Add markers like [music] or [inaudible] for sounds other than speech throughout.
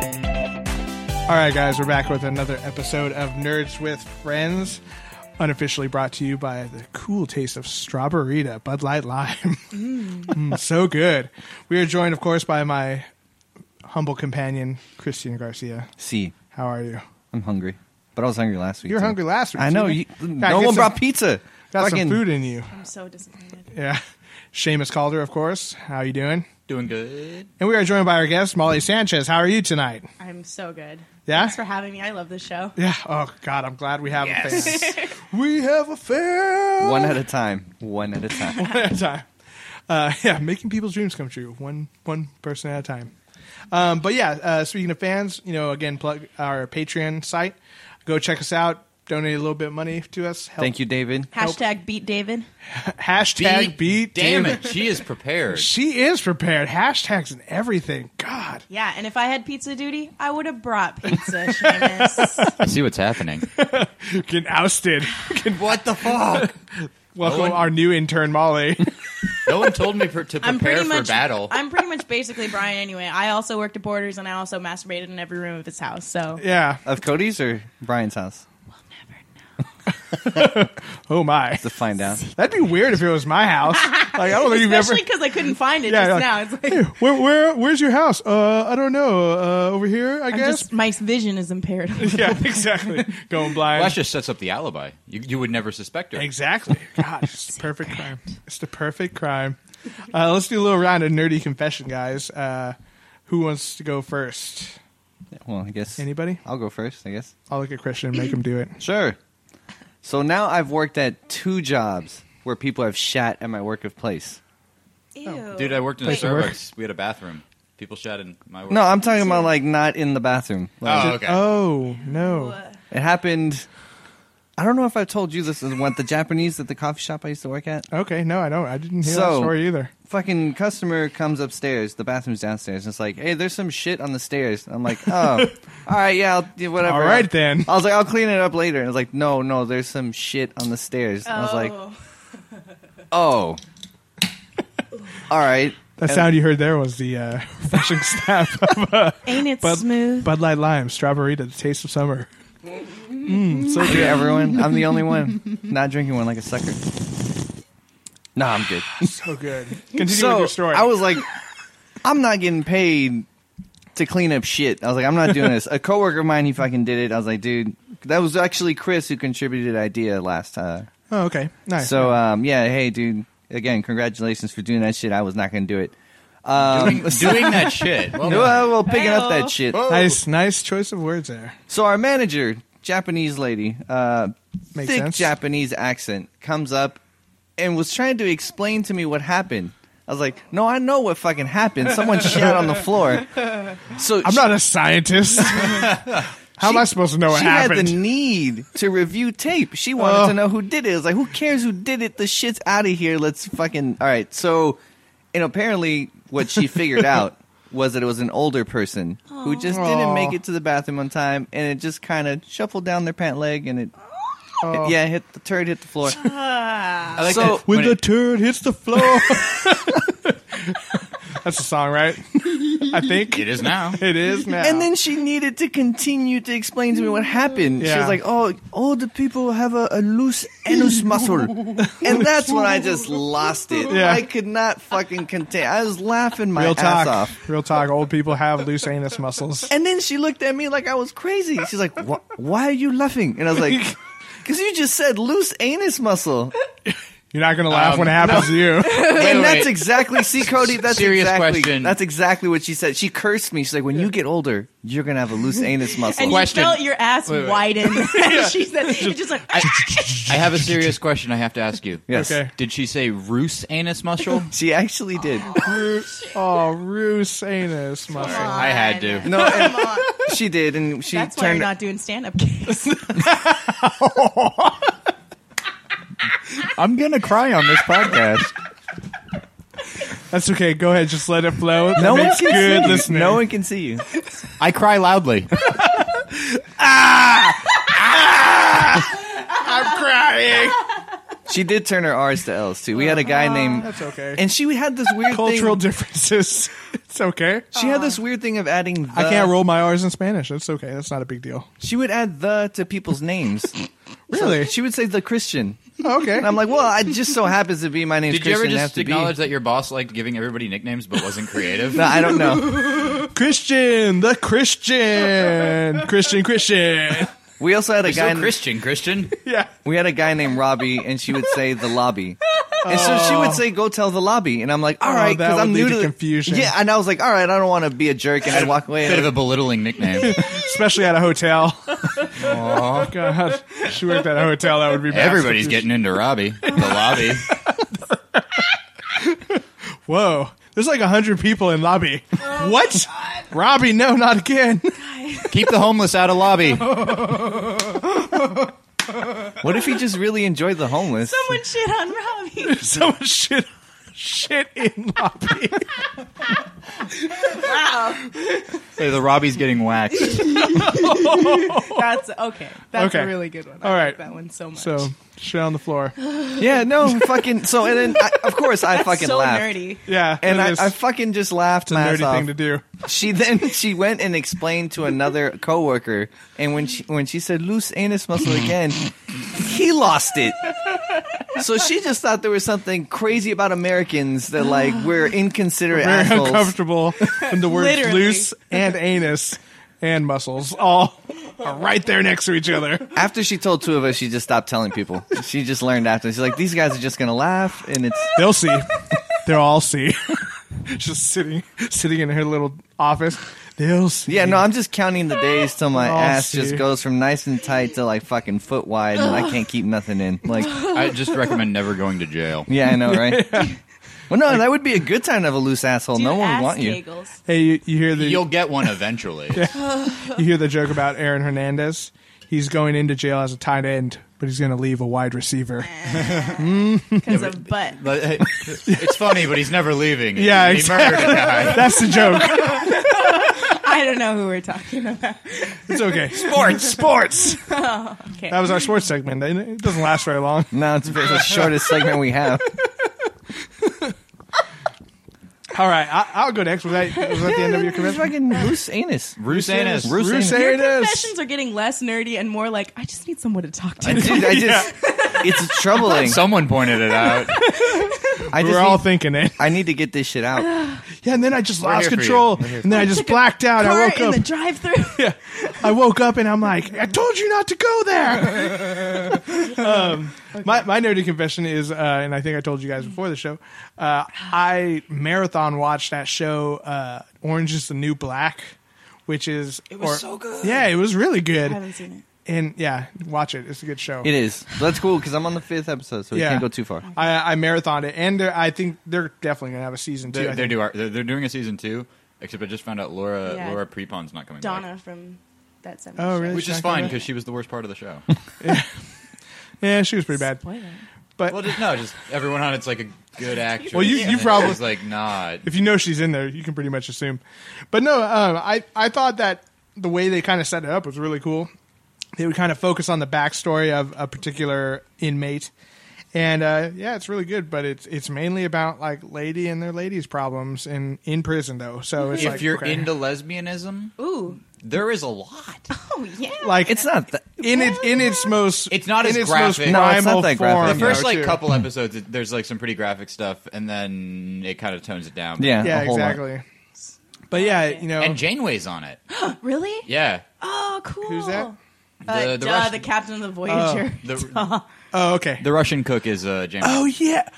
All right, guys, we're back with another episode of Nerds with Friends, unofficially brought to you by the cool taste of strawberryta Bud Light Lime. [laughs] Mm, so good. We are joined, of course, by my humble companion, Christian Garcia. See, How are you? I'm hungry, but I was hungry last week. You were too. hungry last week, I know. too. You, In fact, no get one some- brought pizza. Got some Fucking- food in you. I'm so disappointed. Yeah. Seamus Calder, of course. How you doing? Doing good. And we are joined by our guest, Molly Sanchez. How are you tonight? I'm so good. Yeah? Thanks for having me. I love this show. Yeah. Oh, God, I'm glad we have a fan. we have a fan. One at a time. One at [laughs] a time. at a time. Uh, [laughs] yeah, making people's dreams come true, one one person at a time. Um, but yeah, uh, speaking of fans, you know, again, plug our Patreon site. Go check us out. Donate a little bit of money to us. Help. Thank you, David. Hashtag beat David. Hashtag beat damn David. it. She is prepared. She is prepared. Hashtags and everything. God. Yeah, and if I had pizza duty, I would have brought pizza, [laughs] Seamus. I see what's happening. Getting ousted. what the fuck? [laughs] Welcome Owen. our new intern, Molly. No one told me per- [laughs] to I'm prepare pretty for much battle. I'm pretty much basically Brian anyway. I also worked at Borders and I also masturbated in every room of his house. So yeah. Of Cody's or Brian's house Oh, my. to find out. That'd be weird if it was my house. Like, I don't think you've ever. especially because I couldn't find it Yeah, just like- now. It's like Where, where, where's your house? Uh, I don't know. Uh, over here, I I'm guess. just my vision is impaired. [laughs] [laughs] yeah, exactly. Going blind. Well, that just sets up the alibi. You, you would never suspect her. Exactly. God, it's the perfect crime. It's the perfect crime. Uh, let's do a little round of nerdy confession, guys. Uh, who wants to go first? Well, I guess Anybody? I'll go first. I guess. I'll look at Christian and make him do it. Sure. So now I've worked at two jobs where people have shat at my work of place. Ew. Dude, I worked in a Wait, Starbucks. We had a bathroom. People shot in my work. No, I'm talking about like not in the bathroom. Like, Oh, okay. [laughs] Oh no! It happened. I don't know if I told you this is what the Japanese at the coffee shop I used to work at. Okay, no, I don't. I didn't hear that So- story either. fucking customer comes upstairs. The bathroom's downstairs. And it's like, hey, there's some shit on the stairs. I'm like, oh, [laughs] all right, yeah, I'll, yeah, whatever. All right, then. I was like, I'll clean it up later. And I was like, no, no, there's some shit on the stairs. And I was like, Oh. oh, all right. That And- sound you heard there was the uh, [laughs] refreshing snap of uh, ain't it Bud, smooth? Bud Light Lime Strawberry to the taste of summer. So do everyone. I'm the [laughs] only one not drinking one like a sucker. No, I'm good. So good. Continue so with your story. I was like, I'm not getting paid to clean up shit. I was like, I'm not doing this. A coworker of mine, he fucking did it. I was like, dude, that was actually Chris who contributed the idea last time. oh, okay, nice. So um, yeah, hey, dude, again, congratulations for doing that shit. I was not gonna do it. [laughs] Um, Doing that shit. Well, no, uh, well, picking up Hey-o. that shit. nice, nice choice of words there. So our manager, Japanese lady, uh, Makes thick sense. Japanese accent, comes up and was trying to explain to me what happened. I was like, "No, I know what fucking happened. Someone [laughs] shit on the floor." So I'm she- not a [laughs] scientist. How am I supposed to know what she happened? had the need to review tape. She wanted Oh. to know who did it. It was like, who cares who did it? The shit's out of here. Let's fucking. All right. So, and apparently, what [laughs] she figured out was that it was an older person who just Aw. didn't make it to the bathroom on time, and it just kind of shuffled down their pant leg, and it. Oh. it- yeah, hit the turd, hit [laughs] the floor. I like So- that when it- turd hits the floor. [laughs] That's a song, right? I think It is [laughs] now. it is now. And then she needed to continue to explain to me what happened. She Yeah. was like, "Oh, all the people have a, a loose anus muscle," and that's when I just lost it. Yeah. I could not fucking contain. I was laughing my real talk, ass off. real talk. Old people have loose anus muscles. And then she looked at me like I was crazy. She's like, "Wh- "Why are you laughing?" And I was like, "Cause you just said loose anus muscle." You're not gonna laugh Um, when it happens to you. [laughs] and wait, that's wait. exactly see Cody. That's Serious exactly question. that's exactly what she said. She cursed me. She's like, "When you get older, you're gonna have a loose anus muscle." And Question. you felt your ass Wait, wait. [laughs] widen. [laughs] she said, it's just like, I have a serious question I have to ask [laughs] you. yes, Okay. Did she say Roos anus [laughs] muscle? she actually did. Roos- oh, Roos anus muscle. I had to. No, and [laughs] Come on. she did, and she That's why you're turned. not doing stand up gigs. I'm gonna cry on this podcast. That's okay. Go ahead, just let it flow. That [laughs] no one makes can good see you. listening. No one can see you. I cry loudly. ah! I'm crying. She did turn her R's to L's too. We had a guy named, That's okay. and she had this weird Cultural Thing, differences. [laughs] It's okay. she uh, had this weird thing of adding. The, I can't roll my R's in Spanish. That's okay. That's not a big [laughs] deal. She would add the to people's names. Really? So she would say the Christian. Oh, okay. And I'm like, well, I just so happens to be my name's Did you Christian. ever and have just to be. acknowledge that your boss liked giving everybody nicknames but wasn't [laughs] creative? No, I don't know. Christian, the [laughs] Christian, Christian, Christian. We also had a You're guy. so Christian, Christian. Yeah. we had a guy named Robbie, and she would say the lobby. And so she would say, "Go tell the lobby," and I'm like, "All Oh, right," that because I'm would new lead to to the- confusion. Yeah, and I was like, "All right, I don't want to be a jerk," and I'd walk [laughs] away. [laughs] Bit of a belittling nickname. Especially at a hotel. Oh, [laughs] God. She worked at a hotel. That would be bad. Everybody's getting into Robbie. The [laughs] lobby. Whoa. There's like 100 people in lobby. Oh, what? Robbie, no, not again. [laughs] Keep the homeless out of lobby. [laughs] What if he just really enjoyed the homeless? Someone shit on Robbie. Someone shit, shit in lobby. [laughs] Wow. Say the Robbie's getting waxed. That's okay. That's Okay. a really good one. All I right. like that one so much. So, shit on the floor. Yeah, no, fucking. So and then, I, of course, I fucking so laughed, nerdy. Yeah. and it I, is. I fucking just laughed It's a my ass nerdy off. thing to do. She then she went and explained to another coworker, and when she when she said loose anus muscle again, he lost it. So she just thought there was something crazy about Americans that like we're inconsiderate Very assholes. uncomfortable. And the [laughs] words Literally. loose and anus and muscles all [laughs] are right there next to each other. After she told two of us, she just stopped telling people. She just learned after. She's like, these guys are just gonna laugh, and it's They'll see. They'll all see. [laughs] Just sitting, sitting in her little office. They'll see. Yeah, no, I'm just counting the days till my [laughs] Oh, ass see. just goes from nice and tight to like fucking foot wide, and I can't keep nothing in. [laughs] Like, I just recommend never going to jail. yeah, I know, right? Well, no, that would be a good time to have a loose asshole. Do no one ass would want you. giggles. Hey, you, you hear the You'll get one eventually. you hear the joke about Aaron Hernandez? He's going into jail as a tight end, but he's going to leave a wide receiver. Because of butt. But, hey, it's funny, but he's never leaving. Yeah, he murdered a guy. That's the [laughs] joke. I don't know who we're talking about. It's okay. Sports, sports. Okay. That was our sports segment. It doesn't last very long. [laughs] No, it's the the shortest segment we have. All right, I, I'll go next. Was that, was that the end of [laughs] your It's commitment? fucking loose anus. Bruce Annis. Bruce Bruce anus. Your Anus. confessions are getting less nerdy and more like, I just need someone to talk to. [laughs] Dude, I just, it's troubling. Someone pointed it out. I We just, were all need, thinking it. I need to get this shit out. Yeah, and then I just lost here for you. control, We're here and then I just blacked out. I Car woke in up. the drive thru [laughs] yeah. I woke up and I'm like, I told you not to go there. um, my, my nerdy confession is, uh, and I think I told you guys before the show, uh, I marathon watched that show, uh, Orange is the New Black, which is. It was so good. Yeah, it was really I good. haven't seen it. And yeah, watch it. It's a good show. It is. That's cool because I'm on the fifth episode, so we Yeah. can't go too far. I, I marathoned it, and they're- I think they're definitely going to have a season two. I They, they think. do. Are, they're, they're doing a season two. Except I just found out Laura Yeah. Laura Prepon's not coming Donna from that 70s Oh, show. really? back, which is She's not fine coming because she was the worst part of [laughs] the show. Yeah, she was pretty bad. Spoiler. But well, just, no, just everyone on it's like a good actress. Well, you- and you then probably- she's like not. if you know she's in there, you can pretty much assume. But no, um, I I thought that the way they kind of set it up was really cool. They would kind of focus on the backstory of a particular inmate, and uh, yeah, it's really good. But it's it's mainly about like lady and their ladies' problems in in prison though. So it's if like, you're okay. into lesbianism, Ooh. there is a lot. Oh yeah. like It's not that. in it in its most It's not in as its graphic. most No, primal it's not that graphic. form. The Yeah, first though, like too. couple episodes, it- there's like some pretty graphic stuff, and then it kind of tones it down. Yeah, yeah, a whole lot. exactly. But yeah, you know, and Janeway's on it. [gasps] really? Yeah, Oh, cool. Who's that? Uh, The- the, the duh, Russian- the captain of the Voyager. [laughs] the oh okay, the Russian cook is uh, Janeway. oh yeah,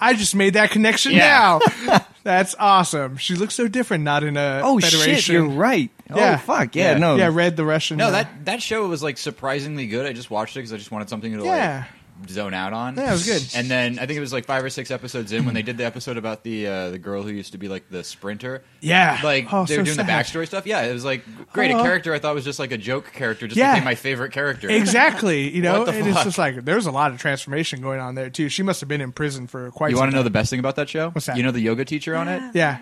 I just made that connection Yeah. [laughs] now. That's awesome. She looks so different, not in a Oh Federation. shit, you're right. Yeah. Oh fuck, yeah, Yeah. no, Yeah, Red the Russian. No, uh, that that show was like surprisingly good. I just watched it because I just wanted something to Yeah. like zone out on. Yeah, it was good. And then I think it was like five or six episodes in when they did the episode about the uh, the girl who used to be like the sprinter. Yeah. like Oh, they were so doing the sad. backstory stuff. Yeah, it was like great. Oh. A character I thought was just like a joke character just Yeah. became my favorite [laughs] character. Exactly, you know, What the and it's fuck? just like there's a lot of transformation going on there too. She must have been in prison for quite. You some want time. to know the best thing about that show? What's that? You know the yoga teacher on it? Yeah,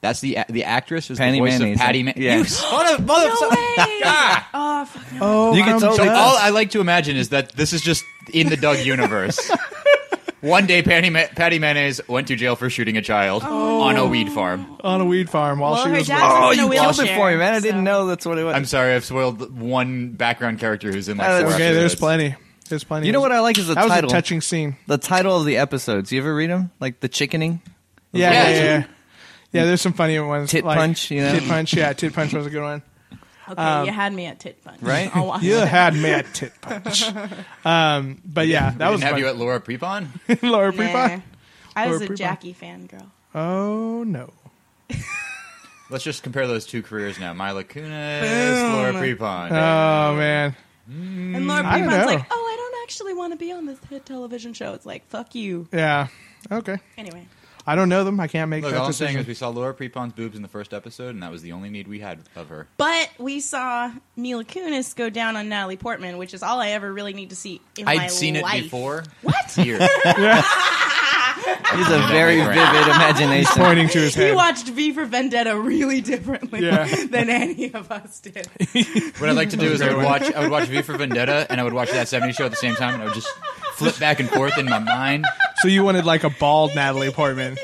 That's the the actress is Patty the voice Mayonnaise. of Patty Ma- Yeah. You son [laughs] of mother. No way. Ah! Oh, fuck no. oh, You can I'm tell- So Yeah. all I like to imagine is that this is just in the Doug [laughs] universe. One day, Patty, Ma- Patty Mayonnaise went to jail for shooting a child Oh. on a weed farm. on a weed farm while Well, she her was. dad Oh, was in you a killed wheelchair. it for me, man. I didn't so- know that's what it was. I'm sorry, I've spoiled one background character who's in like. Oh, four that's Okay, there's episodes. plenty. There's plenty. you know what I like is the that was a title. touching scene. the title of the episodes. You ever read them? Like the chickening. Yeah, Yeah. yeah, yeah. yeah. Yeah, there's some funny ones. Tit like- punch, you know? Tit punch, yeah. Tit punch was a good one. Okay, you had me at tit punch. Um, right? [laughs] I'll [laughs] watch You it. had me at tit punch. Um, but yeah, that Didn't was have fun. you at Laura Prepon? [laughs] [laughs] Laura Nah. Prepon. I was Or a pre-bond. Jackie fan girl. Oh no. Let's just compare those two careers now. Mila Kunis, Laura Prepon. Oh man. Mm, And Laura I don't Prepon's know. like, oh, I don't actually want to be on this hit television show. It's like, fuck you. Yeah. Okay. Anyway. I don't know them. I can't make Look, that all I'm saying decision. is we saw Laura Prepon's boobs in the first episode, and that was the only need we had of her. But we saw Mila Kunis go down on Natalie Portman, which is all I ever really need to see in my I'd seen life. it before. What? Here, [laughs] He's a very Right. vivid imagination. pointing [laughs] to his He head. watched V for Vendetta really [laughs] differently Yeah. than any of us did. what I'd like to do is I great would watch I would watch V for Vendetta and I would watch that 70s show at the same time, and I would just flip back and forth in my mind. so you wanted like a bald Natalie Portman.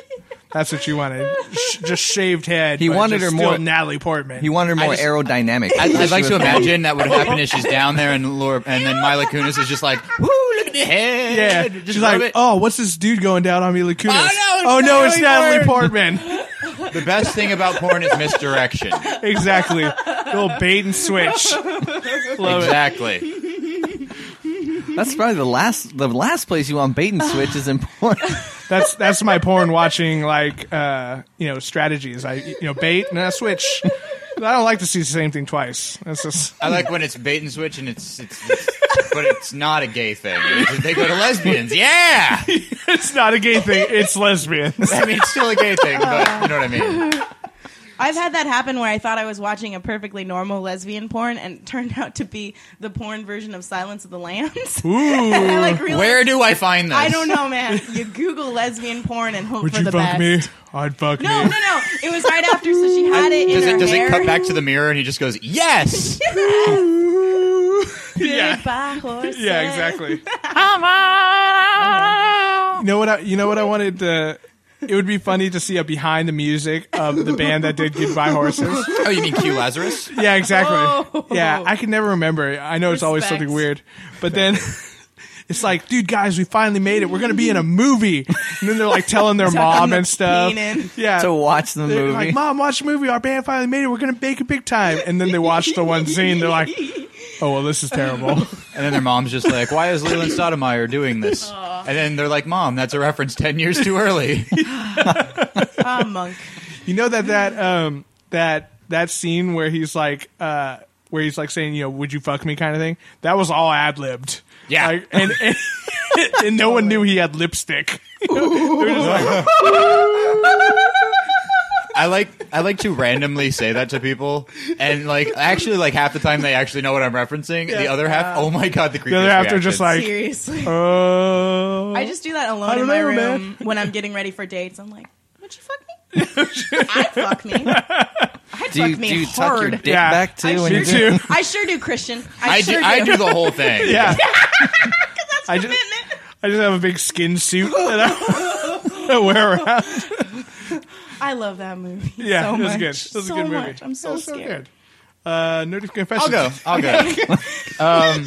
That's what you wanted. Sh- just shaved head. He but wanted just her still more- Natalie Portman. He wanted more just- aerodynamic. I'd, I'd like She to was- imagine that would happen if she's down there and Laura, and then Mila Kunis is just like, "Woo, look at the head!" yeah, just she's like, rub it. "Oh, what's this dude going down on me, Lacunas? Oh, no, oh it's no, it's Natalie Natalie Portman." [laughs] The best thing about porn is misdirection. exactly, little bait and [laughs] switch. Love it. exactly. That's probably the last the last place you want bait and switch is important. That's that's my porn watching like uh, you know strategies. I you know bait and I switch. I don't like to see the same thing twice. That's just [laughs] I like when it's bait and switch, and it's, it's, it's but it's not a gay thing. It's- they go to lesbians. Yeah, it's not a gay thing. It's [laughs] lesbians. I mean, it's still a gay thing, but you know what I mean. I've had that happen where I thought I was watching a perfectly normal lesbian porn and it turned [laughs] out to be the porn version of Silence of the Lambs. [laughs] And I like realized, Where do I find this? I don't know, man. You Google lesbian porn and hope Would for you the fuck best. me? I'd fuck No, me. no, no. It was right after, so she had it in Does her it does hair. it cut back to the mirror and he just goes yes? [laughs] Yeah. Goodbye, horses. Yeah, [laughs] exactly. you know what? I, you know what I wanted to. It would be funny to see a behind the music of the band that did Goodbye Horses. Oh, you mean Q Lazarus? Yeah, exactly. Oh. Yeah, I can never remember. I know it's always Respect. something weird, but then [laughs] it's like, dude, guys, we finally made it. We're gonna be in a movie, and then they're like telling their mom the and stuff. penis. Yeah, [laughs] to watch the they're movie. like, mom, watch a movie. Our band finally made it. We're gonna make it big time. And then they watch the one scene. They're like, oh well, this is terrible. And then their mom's just like, "Why is Leland Sotomayor doing this?" [laughs] And then they're like, "Mom, that's a reference ten years too early." Ah, monk. You know that that um that that scene where he's like uh where he's like saying you know would you fuck me kind of thing that was all ad libbed Yeah. like, and, and [laughs] and no one knew he had lipstick I like I like to randomly say that to people, and like actually, like half the time they actually know what I'm referencing. The other half, oh my god, the creepy. the other half they're just like Seriously. oh I just do that I alone don't in my know, room man. when I'm getting ready for dates. I'm like, would you [laughs] fuck me? I'd fuck me. I'd do you, fuck me do you tuck your hard. dick Yeah. back too? I when sure you do. do. I sure do, Christian. I, I sure [laughs] do, I do the whole thing. [laughs] yeah That's I ju- commitment. I just have a big skin suit that I [laughs] wear around. I love that movie. Yeah, so it was much. good. It was so a good movie. Much. I'm so It was scared. good. Uh, nerdy confession. I'll go. I'll [laughs] go. um,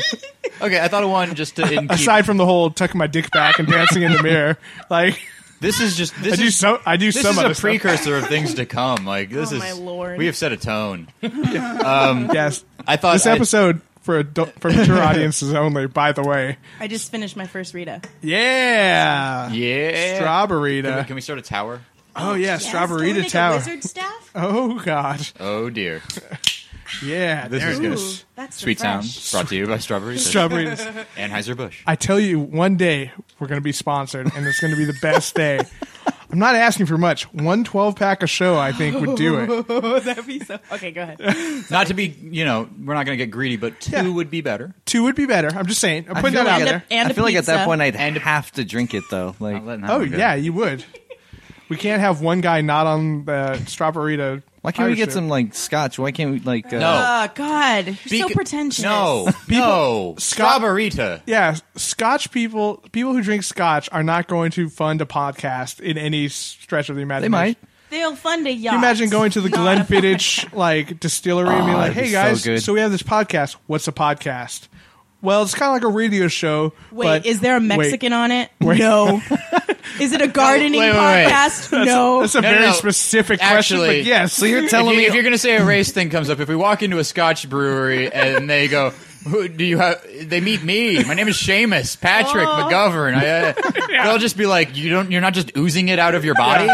okay, I thought of one just to. In keep- Aside from the whole tucking my dick back and dancing in the mirror, like this is just this I do is some. I do this some is other a precursor of things to come. Like this Oh, is my lord. we have set a tone. stuff. Yes, I thought this I- episode for adult, for mature audiences only. By the way, I just finished my first Rita. yeah, yeah. strawberry. Can we, can we start a tower? Oh yeah, Yes, strawberry can we to make a tower. [laughs] wizard staff. Oh god, Oh dear. yeah, This there is it good. Ooh, that's Sweet Town, fresh. brought to you by Strawberry Strawberry. to- Anheuser Busch. I tell you, one day we're going to be sponsored, and it's going to be the best [laughs] day. I'm not asking for much. One 12 pack a show, I think, would do [laughs] it. [laughs] Oh, that'd be so. Okay, go Oh. ahead. Not to be, you know, we're not going to get greedy, but two Yeah. would be better. Two would be better. I'm just saying. I'm putting that out like there. And I a feel like at that pizza. point I'd And a- have to drink it though. Like, Not letting that Oh one go. yeah, you would. We can't have one guy not on the strawberry to. why can't pirate we get ship. some like scotch? Why can't we like? Uh, No. Oh God, you're so Bec- pretentious. [laughs] No, no, Scott- Strawberita. Yeah, Scotch people, people who drink Scotch are not going to fund a podcast in any stretch of the they imagination. might. they'll fund a yacht. Can you imagine going to the Not a- Glenfiddich [laughs] like distillery and being Oh, like, that'd "Hey be so guys, so, good. we have this podcast. What's a podcast? Well, it's kind of like a radio show. Wait, but- is there a wait, Mexican on it? [laughs] No. is it a gardening Wait, wait, wait. podcast? [laughs] [laughs] No. That's a No, no, very no. specific question. Actually- But yes, [laughs] So you're If, telling you, me if you're going to say a race thing comes up, if we walk into a Scotch brewery and they go, "Who do you have?" They meet me. My name is Seamus Patrick McGovern. I, [laughs] uh, They'll just be like, "You don't. You're not just oozing it out of your body."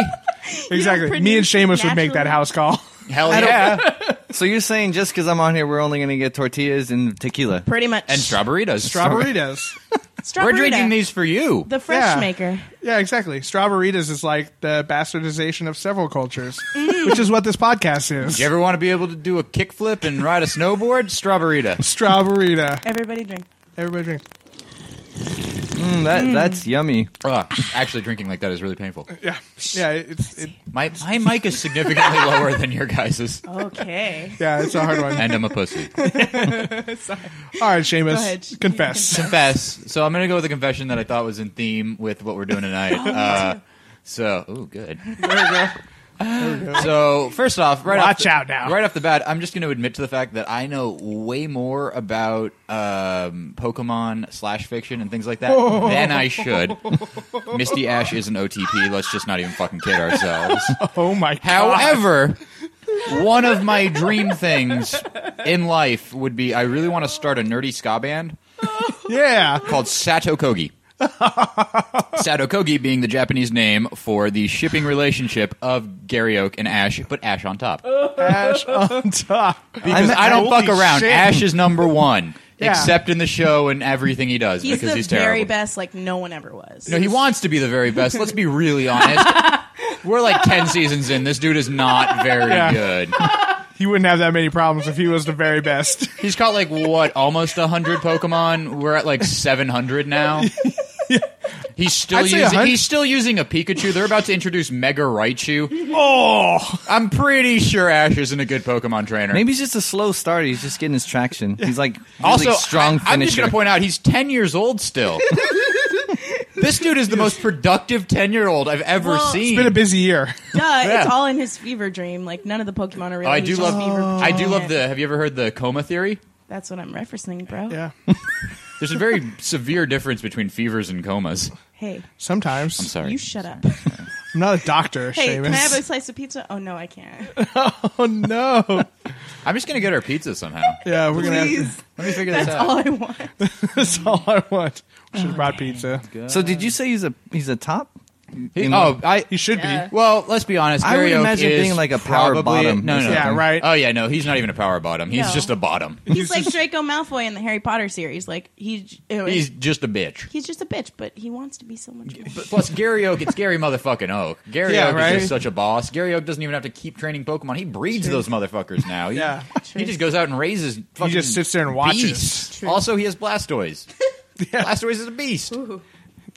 exactly. don't Me and produce Seamus would make that naturally. house [laughs] call. Hell yeah! [laughs] So you're saying just because I'm on here, we're only going to get tortillas and tequila? Pretty much. And Strawberitas. Strawberritas. We're Strawberry. drinking these for you. The fresh Yeah. maker. yeah, exactly. Strawberritas is like the bastardization of several cultures, Mm. which is what this podcast you is. ever want to be able to do a kickflip and ride a snowboard? Strawberita. Strawberrita. Everybody drink. Everybody drink. Mm, that that's yummy. Ugh, actually, drinking like that is really painful. Yeah, yeah. It's it, My my mic is significantly lower than your guys's, [laughs] Okay. yeah. It's a hard one. and I'm a pussy. All right, Go ahead. Seamus, You confess. confess. So I'm gonna go with a confession that I thought was in theme with what we're doing tonight. Uh, so, ooh, good. So first off, right Watch off the, out now. Right off the bat, I'm just gonna admit to the fact that I know way more about um, Pokemon slash fiction and things like that than I should. Misty Ash is an OTP. Let's just not even fucking kid ourselves. Oh my god. However, one of my dream things in life would be I really want to start a nerdy ska band yeah. called [laughs] Sato Kogi. Sato Kogi being the Japanese name for the shipping relationship of Garyoke and Ash, but Ash on [laughs] top. Ash on top. Because I'm- I don't Uh, holy fuck around. shit. Ash is number one, [laughs] Yeah. except in the show and everything he does He's because the he's terrible. very best, like no one ever was. No, he wants to be the very best. Let's be [laughs] really honest. We're like 10 seasons in. This dude is not very Yeah. good. He wouldn't have that many problems if he was the very best. [laughs] [laughs] He's caught like what, almost hundred Pokemon. We're at like seven hundred [laughs] now. He's still I'd say using 100. he's still using a Pikachu. They're about to introduce Mega Raichu. Oh, I'm pretty sure Ash isn't a good Pokemon trainer. Maybe he's just a slow start. He's just getting his traction. He's like really also strong I, am just finisher. gonna point out he's ten years [laughs] old still. this dude is the most productive ten year old I've ever Well, seen. it's been a busy year. Duh, Yeah. it's all in his fever dream. Like none of the Pokemon are really. Oh, I do just love fever I do dreaming love it. the have you ever heard the coma theory? That's what I'm referencing, bro. Yeah. There's a very severe difference between fevers and comas. Hey, [laughs] Sometimes. I'm sorry. you shut [laughs] up. I'm not a doctor, Hey, Seamus. can I have a slice of pizza? Oh no, I [laughs] can't. [laughs] oh no. I'm just gonna get our pizza somehow. Yeah, we're gonna have [laughs] Please, Let me figure this that's out. all I want. [laughs] that's all I want. We should Oh, have brought pizza. so did you say he's a he's a top? He- In- oh, I He should Yeah. be. Well, let's be honest. I would Garyoke imagine is being like a power probably- bottom No, or no, Yeah, no. right. Oh yeah, no. He's not even a power bottom. He's No. just a bottom. He's like Draco Malfoy in the Harry Potter series. Like he, it was- He's just a bitch. he's just a bitch, but he wants to be so much. [laughs] More. But plus, Gary Oak, it's Gary motherfucking Oak. Gary Yeah, Oak right? is just such a boss. Gary Oak doesn't even have to keep training Pokemon. He breeds those motherfuckers now. He, Yeah. He just goes out and raises. Fucking just sits there and watches. beasts. Also, he [laughs] has Blastoise. Blastoise is a beast.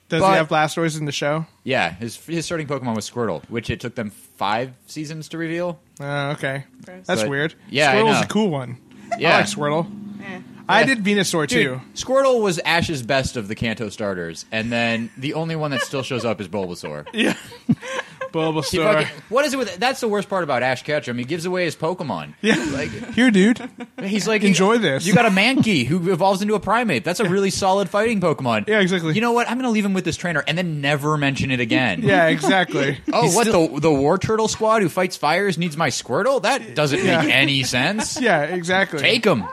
Does But- he have Blastoise in the show? Yeah, his his starting Pokemon was Squirtle, which it took them five seasons to reveal. Oh, okay. That's But- weird. Yeah, I Squirtle's know. a cool one. I Yeah, like Squirtle. Eh. I did Venusaur Dude, too. [laughs] Squirtle was Ash's best of the Kanto starters, and then the only one that still shows up [laughs] is Bulbasaur. Yeah. He Bulbasaur. fucking- what is it with that's the worst part about Ash Ketchum? He gives away his Pokemon. Yeah. Here, dude. [laughs] He's like, Enjoy this. You got a Mankey who evolves into a primate. That's a really solid fighting Pokemon. Yeah, exactly. You know what? I'm going to leave him with this trainer and then never mention it again. Yeah, exactly. [laughs] Oh, what the the War Turtle squad who fights fires needs my Squirtle? That doesn't make any sense. Yeah, exactly. Take him.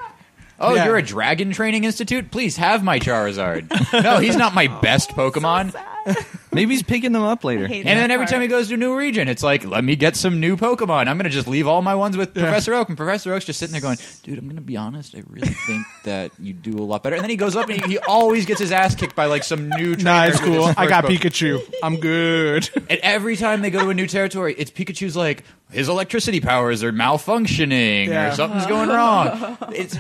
Oh, Yeah. you're a Dragon Training Institute? Please have my Charizard. no, he's not my best Pokemon. Maybe he's picking them up later. Hate and then that every part. time he goes to a new region, it's like, let me get some new Pokemon. I'm going to just leave all my ones with Professor Oak. And Professor Oak's just sitting there going, dude, I'm going to be honest. I really [laughs] think that you do a lot better. And then he goes up and he, he always gets his ass kicked by like some new trainer. Nah, it's with his cool. I first got Pokemon. Pikachu. I'm good. And every time they go to a new territory, it's Pikachu's like, his electricity powers are malfunctioning Yeah. or something's going wrong. [laughs] It's.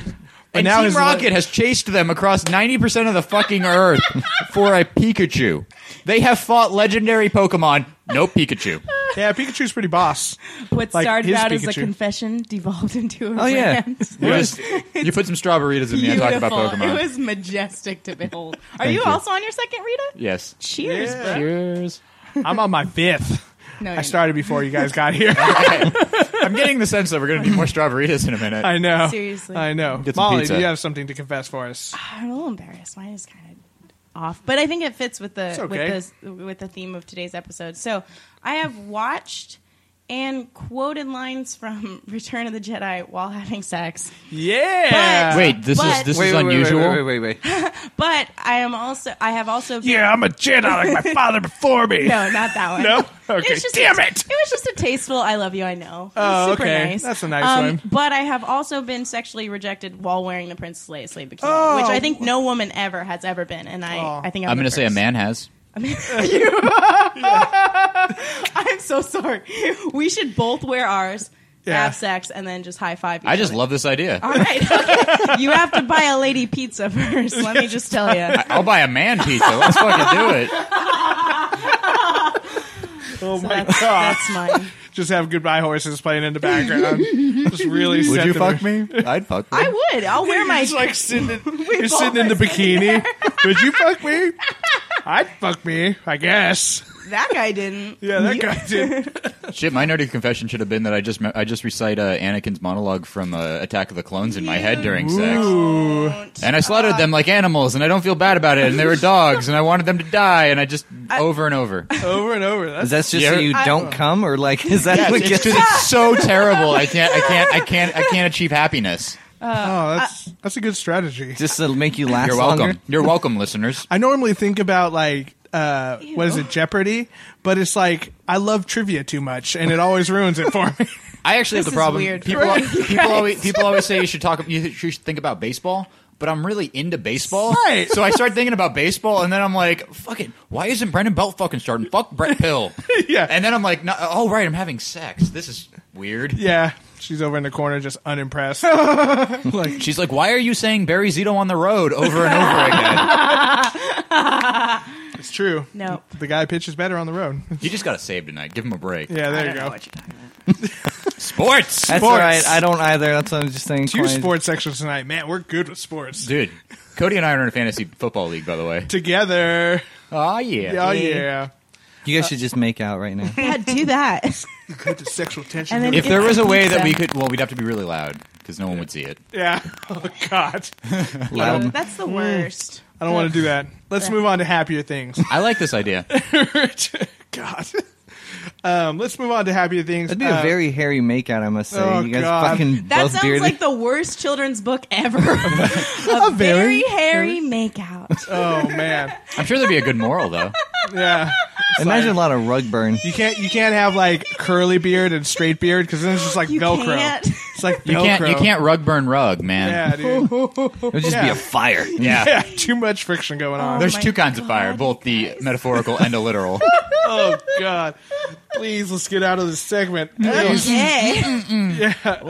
And now Team his Rocket le- has chased them across 90% of the fucking Earth [laughs] for a Pikachu. They have fought legendary Pokemon. No Pikachu. [laughs] Yeah, Pikachu's pretty boss. What like, started his out as a Pikachu. confession devolved into a Oh, yeah. [laughs] rant. You, just- you put some strawberries in me. I Beautiful. talked about Pokemon. It was majestic to [laughs] behold. Are Thank you, you. also on your second Rita? yes. Cheers, Yeah. bro. Cheers. I'm on my fifth. No, I you're started before you guys got here. [laughs] [laughs] I'm getting the sense that we're going to do more strawberries in a minute. I know. Seriously. I know. Get some Molly, pizza. do you have something to confess for us? not. I'm a little embarrassed. Mine is kind of off, but I think it fits with the okay. with this with the theme of today's episode. So I have watched and quoted lines from [laughs] Return of the Jedi while having sex. Yeah. But- Wait, this is But- this Wait, is wait, wait, unusual. Wait, wait, wait, wait. But I am also I have also been- Yeah, I'm a Jedi like [laughs] my father before me. No, not that one. [laughs] No? Okay, was just damn a- it. It was just a tasteful "I love you, I know." It was Oh, super okay. nice. That's a nice Um, one. But I have also been sexually rejected while wearing the Princess Leia slave bikini, Oh. which I think no woman ever has ever been, and I, I think I'm, going I'm going to to say a man has. [laughs] I'm so sorry. We should both wear ours, Yeah. have sex, and then just high five. I just love this idea. All [laughs] right, [laughs] okay. you have to buy a lady pizza [laughs] first. Let me just tell you. I'll buy a man pizza. Let's fucking do it. Oh my That's, god. that's mine. Just have goodbye horses playing in the [laughs] background. Just really [laughs] Would set you the- fuck me? I'd fuck you. I would. I'll wear Oh my. It's [laughs] like sitting in, We you're sitting in the both are bikini. [laughs] Would you fuck [laughs] me? I'd fuck me, I guess. that guy didn't. [laughs] Yeah, that guy [laughs] did. Shit, my nerdy confession should have been that I just I just recite uh, Anakin's monologue from uh, Attack of the Clones in my head during sex, Ooh. and I slaughtered them like animals, and I don't feel bad about it. And they were dogs, and I wanted them to die, and I just over and over. Over and over. That's That's just Yeah. so you I- don't come, or like, is that what It's gets just [laughs] it's so terrible. I can't. I can't. I can't. I can't achieve happiness. oh, that's that's a good strategy. [laughs] just to make you last You're welcome. longer? You're welcome, listeners. I normally think about like uh, what is Ew. it, Jeopardy? But it's like I love trivia too much, and it always ruins it for me. I actually This is have the problem. weird. People, Right. people, always, people always say you should talk. You should think about baseball, but I'm really into baseball. Right. So I start thinking about baseball, and then I'm like, "Fuck it! Why isn't Brendan Belt fucking starting? Fuck Brett Pill." Yeah. And then I'm like, no, "Oh right, I'm having sex. This is [laughs] weird." yeah, she's over in the corner, just [laughs] unimpressed. like, She's like, "Why are you saying Barry Zito on the road over and over again?" it's true. No. the guy pitches better on the road. you just got to save tonight. Give him a break. Yeah, I there don't you know go. what you're talking about. Sports, That's all Sports. right. I don't either. That's what I'm just saying. Two sports sections tonight, man. We're good with sports dude. Cody and I are in a fantasy football league, by the way. together. Oh yeah. Oh yeah, You guys should just make out right now. Yeah, do [laughs] that. good to sexual tension. And then- If there was a way that we could, well, we'd have to be really loud because no one would see it. [laughs] yeah. Oh God, Loud. That's Mm. the worst. I don't want to do that. Let's move on to happier things. I like this idea. [laughs] God. Um, let's move on to happier things. That'd be a Uh, very hairy makeout, I must say. oh, you guys God. fucking That both sounds bearded. like the worst children's book ever. [laughs] a, very [laughs] hairy makeout. [laughs] oh man, I'm sure there'd be a good moral though. yeah. Imagine a lot of rug burn. You can't you can't have like curly beard and straight beard because then it's just like You Velcro. [laughs] can't. It's like Velcro. You can't you can't rug burn rug, man. Yeah, dude. [laughs] It would just be Yeah. a fire. Yeah. Yeah, too much friction going on. There's Oh my two kinds of fire, God, both the metaphorical and [laughs] the literal. Oh God, please let's get out of this segment. [laughs] Please. Okay. Oh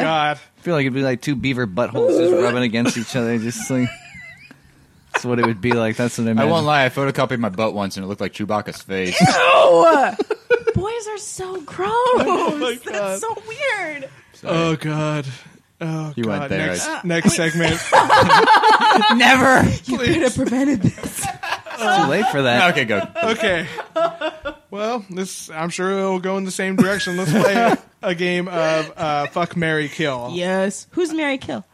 God, I feel like it'd be like two beaver buttholes just rubbing against each other. Just like. That's what it would be like. That's what I I imagine. won't lie, I photocopied my butt once and it looked like Chewbacca's face. Boys are so gross. my God. That's so weird. oh God. Oh, You went God. there. Next, [laughs] next segment. Never. You could have prevented this. It's too late for that. [laughs] okay, go. Okay. Well, this I'm sure it'll go in the same direction. Let's play a game of uh, fuck, Mary, kill. Yes. Who's Mary Kill?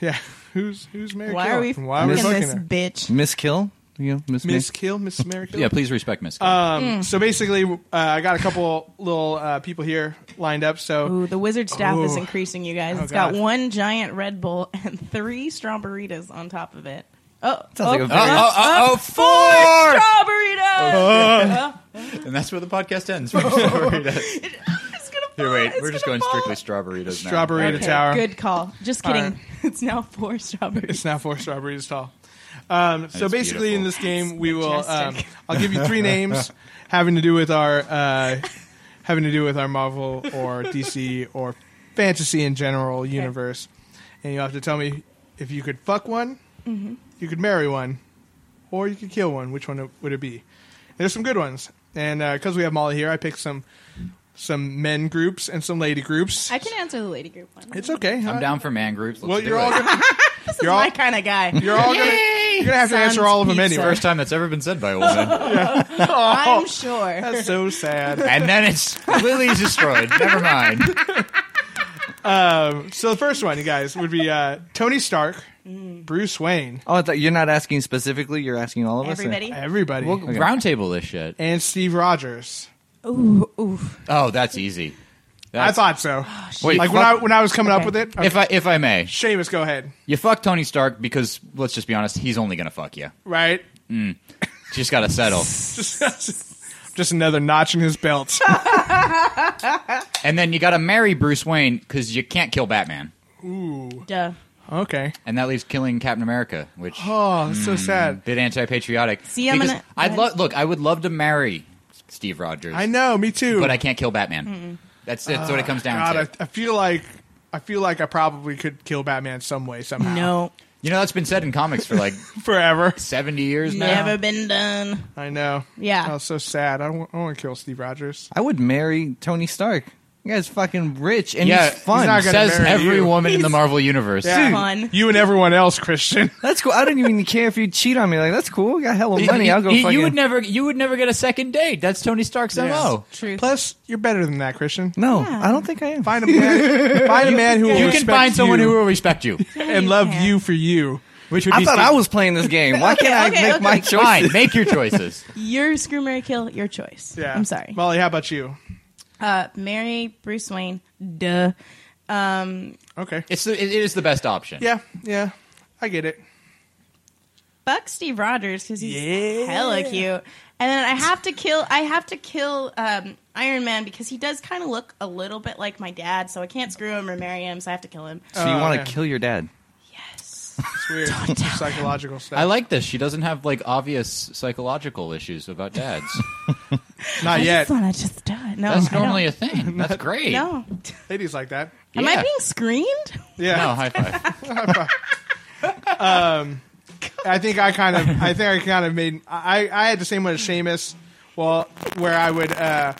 Yeah. [laughs] Who's who's Mary Why kill? are we And Why are we fucking fucking this her? bitch? Miss Kill? Yeah, Miss Miss Kill, Miss Mary Kill. Yeah, please respect Miss. Um, So basically, uh, I got a couple little uh, people here lined up. So Ooh, the wizard staff is Ooh. increasing, you guys. Oh, It's God. got one giant Red Bull and three strawberries on top of it. Oh, Sounds like a oh, very- oh, oh, four strawberries! Uh, And that's where the [laughs] podcast ends. Strawberry does. It's gonna Here, fall. wait. It's We're just gonna going fall. strictly strawberry does now. Strawberry Okay. to tower. Good call. Just kidding. All right. It's now four strawberries. it's now four strawberries tall. Um, so is basically, in this beautiful. game, we will. Um, majestic. I'll give you three [laughs] names having to do with our uh, having to do with our Marvel or DC or fantasy in general universe, and you'll have to tell me if you could fuck one, Mm-hmm. you could marry one, or you could kill one. Which one would it be? There's some good ones, and because we have Molly here, I picked some some men groups and some lady groups. I can answer the lady group one. it's okay. huh? I'm down for man groups. Let's Well, do you're it. all gonna, this is you're all- my kind of guy. you're all gonna, you're gonna have to answer all of them Sans anyway. [laughs] Oh. First time that's ever been said by a woman. I'm sure. That's so sad. and then it's Lily's destroyed. Never [laughs] mind. So the first one, you guys, would be uh, Tony Stark, Bruce Wayne, Oh, I thought you're not asking specifically. You're asking all of us. Everybody. everybody, Roundtable Round table this shit. and Steve Rogers. Ooh, ooh. Oh, that's easy. I That's, thought so. Oh, Wait, like fuck- when I when I was coming Okay. up with it, if I if I may, Seamus, go ahead. you fuck Tony Stark because let's just be honest, he's only gonna fuck you. Right, Just gotta settle. just, just another notch in his [laughs] belt. and then you gotta marry Bruce Wayne because you can't kill Batman, Duh. okay. and that leaves killing Captain America, which Oh, that's Hmm, so sad. bit anti-patriotic. See, I'm Because gonna- I'd go lo- look. I would love to marry Steve Rogers, I know, me too. but I can't kill Batman. That's that's what it comes down God, to. I, I feel like I feel like I probably could kill Batman some way somehow. No. you know that's been said in comics for [laughs] like [laughs] forever. seventy years now. Never been done. I know. Yeah. Oh, so sad. I don't, want to kill Steve Rogers. I would marry Tony Stark. You guy's fucking rich and Yeah, he's fun. he's not gonna Says marry every you. woman in the Marvel universe. Yeah. Fun. You and everyone else, Christian. That's cool. I don't even care if you cheat on me. Like that's cool. We got hella money. I'll go You, fucking. you would never, you would never get a second date. That's Tony Stark's mo. Truth. Plus, you're better than that, Christian. no, I don't think I am. Find a man. find a man who will You can respect find someone you who will [laughs] respect you, and love can. you for you. which would I [laughs] be thought Steve- I was playing this game. Why [laughs] Okay, can't I okay, make okay. my choice? [laughs] Fine, make [laughs] your choices. Your screw Mary Kill, your choice. Yeah. I'm sorry. Molly. How about you? Uh Mary Bruce Wayne. Duh. Um Okay. It's the, it is the best option. Yeah. Yeah. I get it. fuck Steve Rogers because he's hella cute. And then I have to kill. I have to kill um, Iron Man because he does kind of look a little bit like my dad. So I can't screw him or marry him. So I have to kill him. So you Oh, want to okay. kill your dad? Yes. It's weird. Psychological stuff. I like this. She doesn't have like obvious psychological issues [laughs] about dads. Not I yet. [laughs] just want to just die. No, That's I don't. [laughs] normally a [laughs] thing. That's great. no. [laughs] Ladies like that. Am I Yeah. being screened? No, Yeah. high five. [laughs] I think I kind of. I think I kind of made. I I had the same one as Seamus. Well, where I would. uh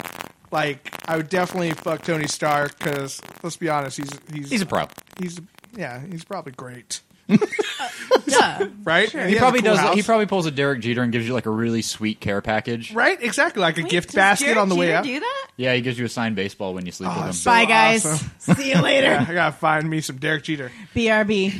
like I would definitely fuck Tony Stark because let's be honest, he's he's He's a pro. he's yeah he's probably great, Duh. right? And has He a probably cool does. house. He probably pulls a Derek Jeter and gives you like a really sweet care package. Right, exactly. Like a Wait, gift does basket Derek on the way Jeter out. Do that? Yeah, he gives you a signed baseball when you sleep with him. so Bye, guys. awesome. [laughs] See you later. [laughs] I gotta find me some Derek Jeter. BRB. Uh,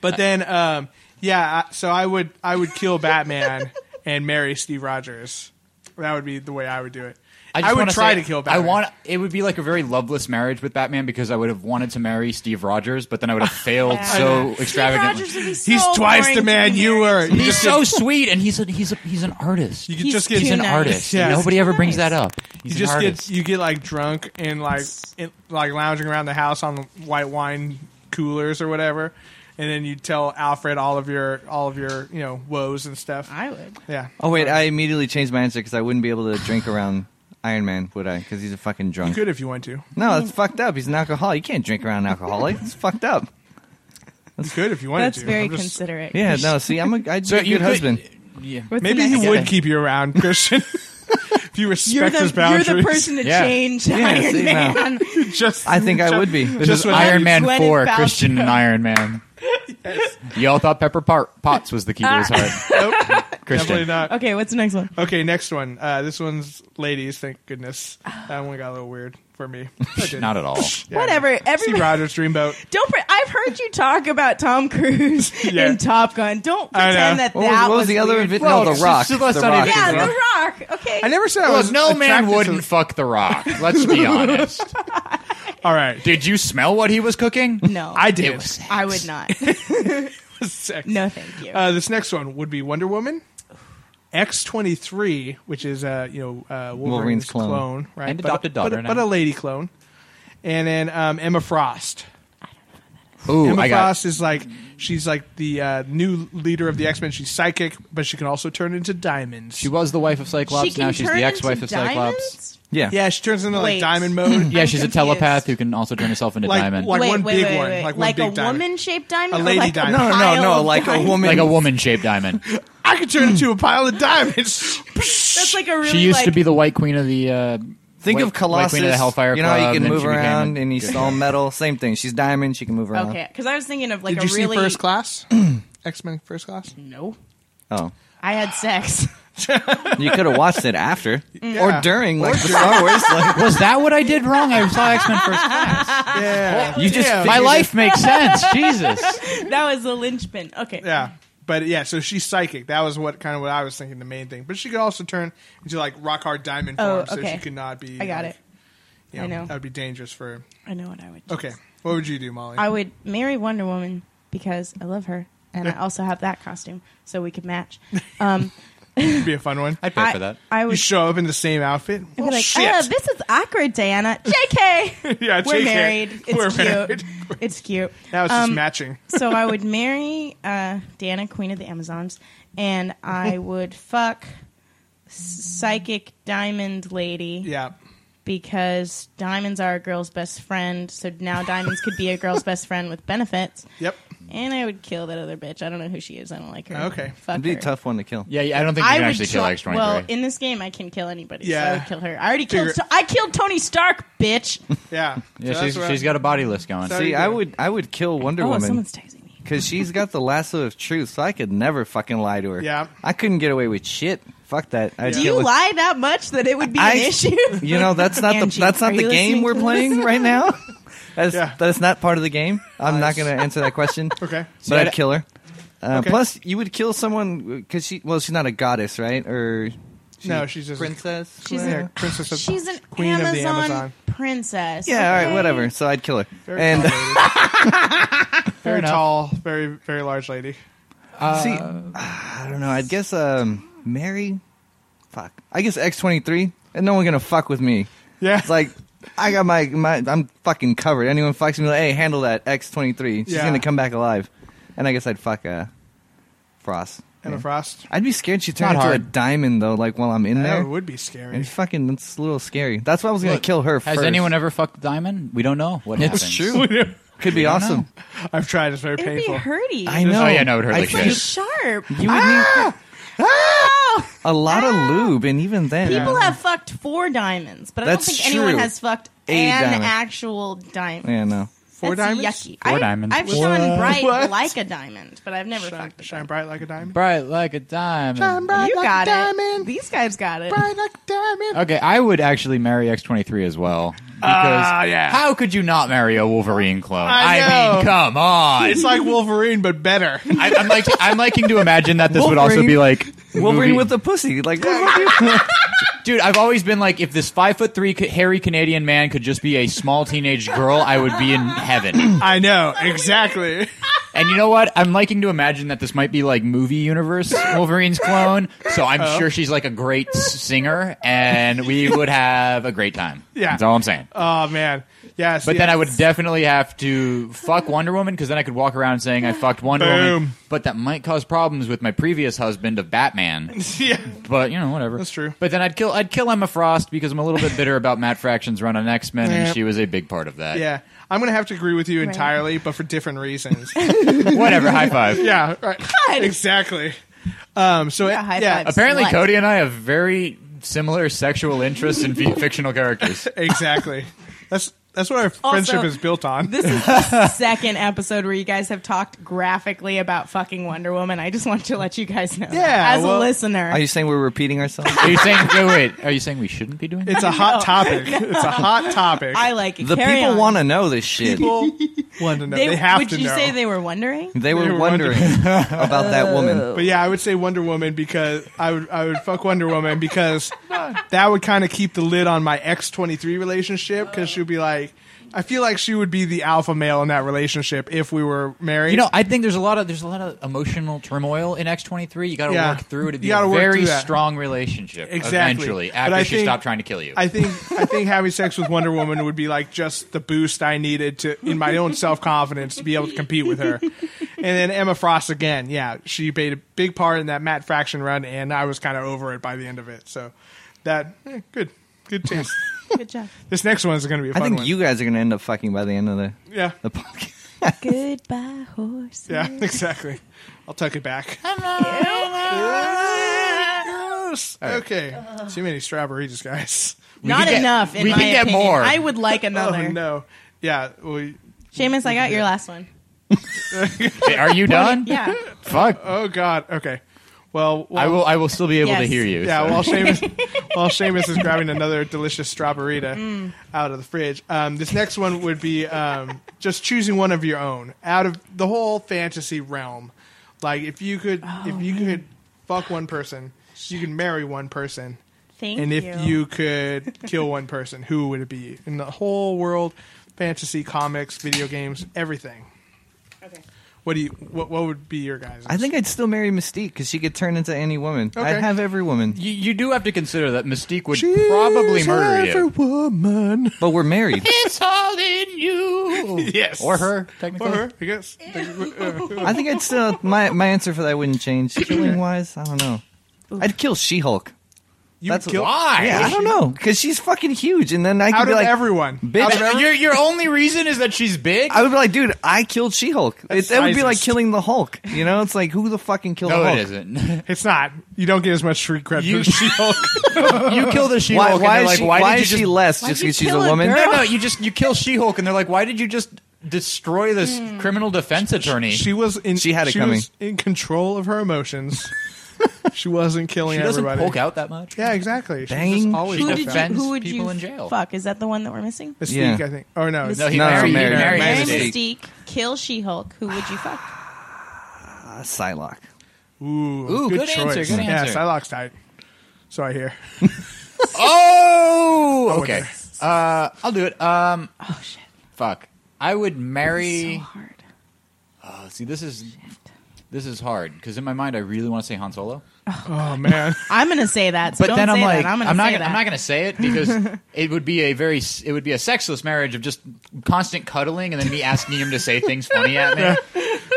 But then, um, yeah. I- So I would I would kill [laughs] Batman and marry Steve Rogers. That would be the way I would do it. I, just would wanna try say, to kill Batman. I want it would be like a very loveless marriage with Batman because I would have wanted to marry Steve Rogers, but then [laughs] I would have failed so extravagantly. Steve Rogers would be so He's twice boring the to man be you were. married to. You He's just so sweet, and he's a, he's a, he's an artist. you He's could He's just get too an nice. artist. Yeah. Nobody ever brings Nice. that up. He's you an just artist. get you get like drunk and like in, like lounging around the house on the white wine coolers or whatever, and then you tell Alfred all of your all of your you know woes and stuff. I would. yeah. Oh wait, I immediately changed my answer because I wouldn't be able to drink around Iron Man, would I? Because he's a fucking You drunk. could if you want to. No, that's fucked up. He's an alcoholic. You can't drink around an alcoholic. It's fucked up. You could if you wanted That's to. very I'm just- considerate. Yeah, no. See, I'm a I'd be a good could- husband. Yeah. What's the Maybe next he one? would keep you around, Christian. If you You're respect the, his you're boundaries, the person to Yeah. change Yeah, Iron see, no. Man. [laughs] [laughs] just I think I would be. This is when Iron you- Man Gwyneth 4, Paltrow. Christian and Iron Man. Y'all thought Pepper Par- Potts was the key to his heart. nope, [laughs] definitely Christian. not. Okay, what's the next one? Okay, next one. Uh, this one's ladies. Thank goodness that one got a little weird for me. I did. Not at all. Whatever. Steve Everybody, Rogers Dreamboat. don't. Pre- I've heard you talk about Tom Cruise [laughs] Yeah. in Top Gun. Don't I know. pretend that What was, that what was the other? weird. invi- Well, no, it's the Rock. just- let's the not Rock. even- Yeah, Yeah. The Rock. Okay, I never said I Well, was. no man attracted to- wouldn't fuck The Rock. Let's be honest. All right, Did you smell what he was cooking? No, I did. It was- I would [laughs] not. Sex. No, thank you. Uh, this next one would be Wonder Woman. X twenty three, which is uh, you know uh, Wolverine's, Wolverine's clone. clone. right? And But- adopted but, daughter but, now. a lady clone, and then um, Emma Frost. Ooh, Emma I got Frost is like she's like the uh, new leader of the X Men. She's psychic, but she can also turn into diamonds. She was the wife of Cyclops. she can now she's turn the ex-wife into of Cyclops. diamonds? Yeah. yeah, she turns into like Wait. diamond [clears throat] mode. Yeah, I'm she's confused. a telepath who can also turn herself into Like- diamond, like- wait, like, one wait, big wait, one, wait. like one a big diamond. woman-shaped diamond, A or lady like diamond. A No, no, pile no. of Like a diamonds? woman. a woman-shaped diamond. I can turn into a pile of diamonds. That's like a really. she used like, to be the White Queen of the. Uh, [laughs] Think White- of White Colossus. Queen of the Hellfire you know how Club, you can then move she became around a- and he's all metal. Same thing. She's diamond. She can move around. Okay, because I was thinking of like Did a you really. see First Class? [clears throat] X Men First Class. no, Oh, I had sex. [laughs] you could have watched it after Yeah. or during, like the Star Wars. [laughs] Like, was that what I did wrong? I saw X Men first. [laughs] Yeah, you just Yeah. My figured life makes sense. [laughs] Jesus. that was the linchpin. Okay. Yeah. But yeah, so she's psychic. That was what kind of what I was thinking the main thing. But she could also turn into like rock hard diamond Oh, form, so okay. she could not be. I got like, it. you I know. that would be dangerous for. I know what I would. do. Okay, what would you do, Molly? I would marry Wonder Woman because I love her, and I also have that costume, so we could match. Um, It'd be a fun one. I'd pay I, for that. I You would. show up in the same outfit. I'd Well, be like, shit. "Uh, this is awkward, Diana. JK. [laughs] Yeah, We're JK. married. It's We're cute. married. It's cute. now it's just Um, matching. so I would marry uh, Dana, Queen of the Amazons, and [laughs] I would fuck Psychic Diamond Lady Yeah, because diamonds are a girl's best friend. So now diamonds could be a [laughs] girl's best friend with benefits. yep. And I would kill that other bitch. I don't know who she is. I don't like her. Okay. fuck It'd be her. a tough one to kill. Yeah, yeah, I don't think you I can would actually kill try- X twenty Well, three. in this game, I can kill anybody. Yeah. So I would kill her. I already Figure- killed. I killed Tony Stark, [laughs] bitch. Yeah, Yeah, So she's, that's what she's I- got a body list going. So- See, I would, I would kill Wonder oh, Woman someone's texting me. because she's got the lasso of truth, so I could never fucking lie to her. Yeah. I couldn't get away with shit. Fuck that. I'd Do get you with- lie that much that it would be I- an issue? [laughs] You know, that's [laughs] not Angie, the that's are not you the listening game we're to playing right [laughs] now. That's Yeah. that's not part of the game. I'm not going to answer that question. [laughs] Okay. But I'd kill her. Uh, Okay. Plus, you would kill someone because she well, she's not a goddess, right? Or No, she's just a- princess. She's Yeah. a- princess of She's an queen Amazon, of the Amazon. princess. yeah, all okay? right, whatever. So I'd kill her. Very and tall, lady. very enough. tall, very very large lady. see, ah, I don't know. I'd guess um, Mary. Fuck. I guess X twenty three, and no one gonna fuck with me. Yeah, It's like I got my my I'm fucking covered. Anyone fucks me like, hey, handle that X twenty three. She's Yeah. gonna come back alive. And I guess I'd fuck uh Frost. Emma Yeah. Frost. I'd be scared she turned Not into a hard. diamond though, like while I'm in That there. would be scary. And fucking that's a little scary. That's why I was gonna Look, kill her Has first. anyone ever fucked Diamond? We don't know what It's happens. true. Could be awesome. [laughs] I've tried. It's very It'd painful. be hurty. I know. Oh, yeah, no, it would hurt I like Like think shit. sharp. You would need Ah! Oh! a lot of lube, and even then, People have fucked four diamonds, but I That's don't think anyone true. has fucked A an diamond. actual diamond. yeah, no. Four That's diamonds. Yucky. Four I, diamonds. I've shone bright What? like a diamond, but I've never Shine, fucked a shine diamond. bright like a diamond. Bright like a diamond. You got it. diamond. These guys got it. Bright like a diamond. Okay, I would actually marry X twenty three as well. Because Ah, yeah. how could you not marry a Wolverine clone? I know. mean, come on. It's like Wolverine, but better. I, I'm like I'm liking to imagine that this would also Wolverine- be like Wolverine movie- with the pussy, like what would you- [laughs] dude. I've always been like, if this five foot three ca- hairy Canadian man could just be a small teenage girl, I would be in heaven. I know [laughs] exactly. And you know what? I'm liking to imagine that this might be like [laughs] movie universe Wolverine's clone. So I'm Oh. sure she's like a great s- singer, and we would have a great time. Yeah. that's all I'm saying. Oh man, yes. But yeah. then I would definitely have to fuck Wonder Woman because then I could walk around saying I fucked Wonder Woman. Boom. But that might cause problems with my previous husband of Batman. [laughs] Yeah. But you know, whatever. That's true. But then I'd kill I'd kill Emma Frost because I'm a little bit bitter about Matt Fraction's run on X Men, Yeah. and she was a big part of that. Yeah, I'm gonna have to agree with you entirely, but for different reasons. Whatever. high [laughs] five. yeah, [laughs] right. God. exactly. Um, so Yeah, high yeah, fives. Apparently, Slut. Cody and I have very similar sexual interests in fi- fictional characters. Exactly. [laughs] That's that's what our friendship is built on. This [laughs] is the second episode where you guys have talked graphically about fucking Wonder Woman. I just want to let you guys know. Yeah, as well- a listener, Are you saying we're repeating ourselves? [laughs] Are you saying? Wait, wait. Are you saying we shouldn't be doing? that? it's a hot topic. [laughs] It's a hot topic. I like it. the Carry people on. want to know this shit. People want to know. They, have would to you know. say they were [laughs] wondering? They were, were wondering [laughs] about Oh, that woman. but yeah, I would say Wonder Woman because I would I would fuck Wonder Woman [laughs] because that would kind of keep the lid on my X twenty three relationship Uh. because she'd be like, I feel like she would be the alpha male in that relationship if we were married. You know, I think there's a lot of there's a lot of emotional turmoil in X23. You got to Yeah. work through it to You be gotta a work very through that. strong relationship. Exactly. Eventually, But after I she think- stopped trying to kill you. I think I think having sex with Wonder Woman would be like just the boost I needed to in my own self confidence to be able to compete with her. And then Emma Frost again, yeah, she played a big part in that Matt Fraction run, and I was kind of over it by the end of it. So that eh, good, good taste. Good job. this next one is going to be a I fun think one. you guys are going to end up fucking by the end of the, yeah, the podcast. [laughs] Goodbye, horse. yeah, [laughs] exactly. I'll tuck it back. [laughs] Gross. Okay, too many strawberries, guys. Not could get- enough. in we my could get opinion. more. I would [laughs] like another. Oh no, yeah, we. Seamus, I got your last one. Hey, Are you done? [laughs] Yeah. Fuck. Oh god. Okay. Well, I well will. I will still be able to Yes. hear you. Yeah, so. while Seamus, while Seamus is grabbing another delicious strawberita out of the fridge, um, this next one would be um, just choosing one of your own out of the whole fantasy realm. Like if you could, if you could fuck one person, you could marry one person, Thank and you. if you could kill one person, who would it be in the whole world? Fantasy, comics, video games, everything. Okay. What do you? What, what would be your guys? I think I'd still marry Mystique because she could turn into any woman. Okay. I'd have every woman. [laughs] You, you do have to consider that Mystique would probably murder you. woman. But we're married. It's all [laughs] in [laughs] you. Yes. Or her, technically. Or her, I guess. I think I'd still my my answer for that wouldn't change. Killing wise, I don't know. I'd kill She Hulk. You That's- kill- Why? Yeah, I don't know because she's fucking huge, and then I could out be of like, everyone. bitch. Out of every- Your your only reason is that she's big. I would be like, dude, I killed She Hulk. It, That's that would be like racist. killing the Hulk. You know, it's like who the fucking killed no, the Hulk? it isn't. [laughs] it's not. You don't get as much street cred You- for She-Hulk. [laughs] you kill the Why, She-Hulk. why, and is, they're like, she, why, why, did is you she just less Why'd just you because she's a kill a woman? girl? [laughs] No, no, you just you kill She-Hulk, and they're like, "Why did you just destroy this criminal defense attorney?" she was in. She had it coming. was in control of her [laughs] emotions. she wasn't killing She doesn't everybody. poke out that [laughs] much. Yeah, exactly. She's Dang. just always She who like did you, that. defends who would people you in jail. Fuck, is that the one that we're missing? Mystique, Yeah. I think. Oh no, No, he No, married, married- he married, married Mary Mystique. Mystique, kill She-Hulk. Who would you [sighs] fuck? Uh, Psylocke. ooh, Ooh, good, good choice. answer, good yeah, answer. Psylocke's tight. So I hear. Oh, okay. there. Uh, I'll do it. Um, Oh shit, fuck. I would so marry. hard. Oh, see, this is this is hard because in my mind, I really want to say Han Solo, Oh man, [laughs] I'm gonna say that. So but don't then say I'm like, that. I'm gonna not, say gonna, that. I'm not gonna say it because [laughs] it would be a very, s- it would be a sexless marriage of just constant cuddling and then me asking him to say things funny at me,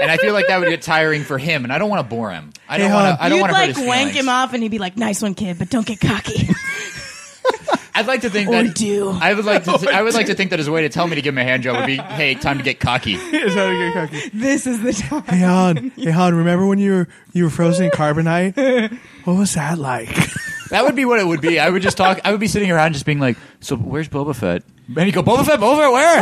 and I feel like that would get tiring for him, and I don't want to bore him. I don't Hey, want hon. to. I don't You'd want to hurt like his wank feelings. him off, and he'd be like, "Nice one, kid, but don't get cocky." I'd like to think Or [laughs] that do. I would like to. Th- I would like to think that his way to tell me to give him a hand job would be, "Hey, time to get cocky." is that a good cookie? [laughs] this is [laughs] the [laughs] Hey time. Han, hey Han, remember when you were you were frozen in carbonite? [laughs] What was that like? That would be what it would be. I would just talk. I would be sitting around just being like, "So where's Boba Fett?" And you go, "Boba Fett, Boba Fett, where?"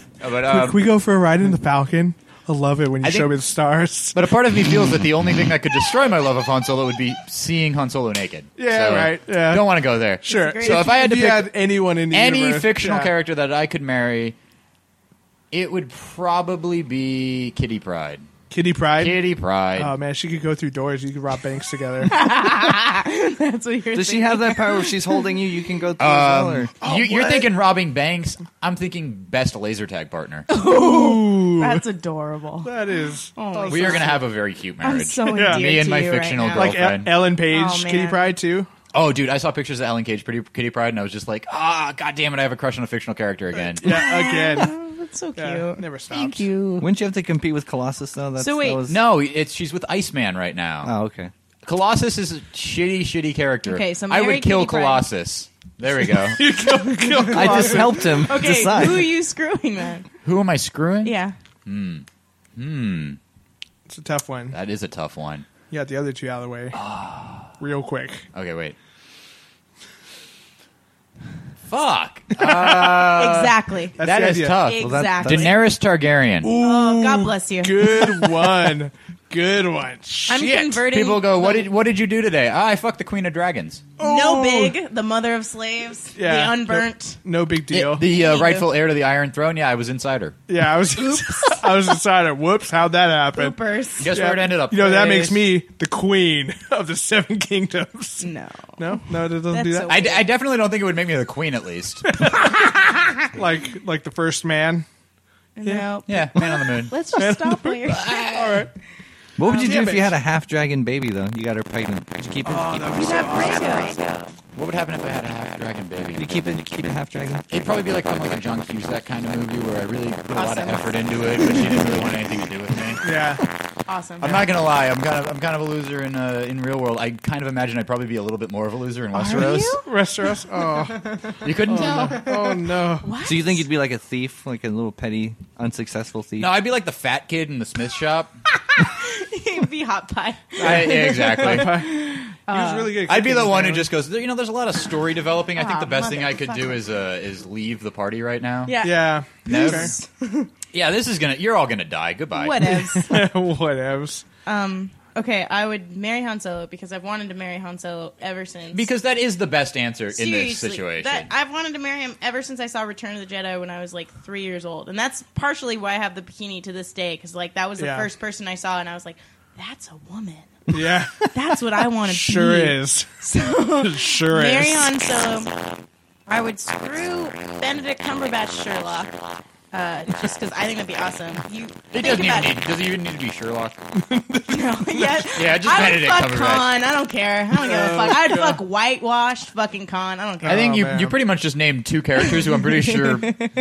[laughs] [laughs] Uh, but um, Can we go for a ride in the Falcon? I love it when you I think- show me the stars. but a part of me feels that the only thing that could destroy my love of Han Solo would be seeing Han Solo naked. Yeah, So, right, yeah. Don't want to go there. Sure. Disagree. So if I had to you pick had anyone in the any universe, fictional yeah. character that I could marry, it would probably be Kitty Pride. Kitty Pride. Kitty Pride. Oh man, she could go through doors. You could rob banks [laughs] together. That's what you're. Does she thinking. have that power? If she's holding you, you can go through as well. Or... oh, you, you're thinking robbing banks. I'm thinking best laser tag partner. Oh, That's adorable. that is Oh my We are going to have a very cute marriage. I'm so [laughs] endeared Yeah. Me and to my you right fictional now. girl. like E- Girlfriend. Ellen Page, Oh, man. Kitty Pride too. oh, dude, I saw pictures of Ellen Cage, Pretty Kitty Pride, and I was just like, ah, god damn it, I have a crush on a fictional character again. [laughs] Yeah, again. Oh, That's so cute. Yeah, never stops. Thank you. Wouldn't you have to compete with Colossus though? That's, So wait, that was... No, it's she's with Iceman right now. Oh, okay. Colossus is a shitty, shitty character. Okay, so I marry would kill Kitty Pryde. Colossus. There [laughs] we go. I just helped him Okay, decide. who are you screwing then? Who am I screwing? Yeah. It's a tough one. That is a tough one. Ah. You got the other two out of the way real quick. Okay, wait. [laughs] Fuck. exactly. That's that the is idea. Uh, tough. Exactly. Daenerys Targaryen. oh, God bless you. [laughs] Good one. Good one. I'm Shit. converting. People go, what did Oh. what did you do today? Ah, I fucked the Queen [laughs] of Dragons. No big, the mother of slaves, Yeah. the unburnt. No big deal. The uh, rightful heir to the Iron Throne. Yeah, I was insider. yeah, I was. [laughs] I was inside. it. Whoops! How'd that happen? Bloopers. Guess where it ended up. You know that makes Face. me the queen [laughs] of the seven kingdoms. No. No, no, it doesn't That's do so that. I, d- I definitely don't think it would make me the queen, [laughs] at least. like, like the first man. No. Yeah, man on the moon. Let's just stop [laughs] while you're All right. What Oh, would you do Damn if you it. had a half dragon baby though? You got her pregnant. Did you keep it? You're not Branko. What would happen if I had a half dragon Did you baby? keep it? Did you keep it half dragon? It'd probably be like kind of like a John Cusack kind of movie where I really put a lot of Awesome. effort into it, but she didn't really want anything to do with me. Yeah. Awesome. I'm not gonna lie. I'm kind of I'm kind of a loser in uh, in real world. I kind of imagine I'd probably be a little bit more of a loser in Westeros. you? Westeros. Oh, You couldn't tell. oh no. What? So you [laughs] think you'd be like a thief, like a little petty, unsuccessful thief? No, I'd be like the fat kid in the [laughs] Smith shop. You'd be hot pie. I, yeah, exactly. he was really good. I'd be the cooking, one who man. just goes. You know, there's a lot of story developing. I think Ah, the best thing I could do is uh, is leave the party right now. Yeah. Yeah. No. Okay. Yeah, this is gonna. You're all gonna die. Goodbye. Whatevs. [laughs] [laughs] Whatevs. um. Okay, I would marry Han Solo because I've wanted to marry Han Solo ever since. Because that is the best answer in Seriously, this situation. that- I've wanted to marry him ever since I saw Return of the Jedi when I was like three years old, and that's partially why I have the bikini to this day. Because like that was the Yeah. first person I saw, and I was like, "That's a woman. Yeah. That's [laughs] what I want to Sure be." [laughs] is. sure Marry is. Han Solo. I would screw Benedict Cumberbatch Sherlock, uh, just because I think that'd be awesome. You It think doesn't even about need. Doesn't even need to be Sherlock. [laughs] No, yeah, Yeah, just I would Benedict fuck Cumberbatch. Khan. I don't care. I don't give a fuck. I'd fuck whitewashed fucking Khan. I don't care. I think Oh, you man. you pretty much just named two characters who I'm [laughs] pretty sure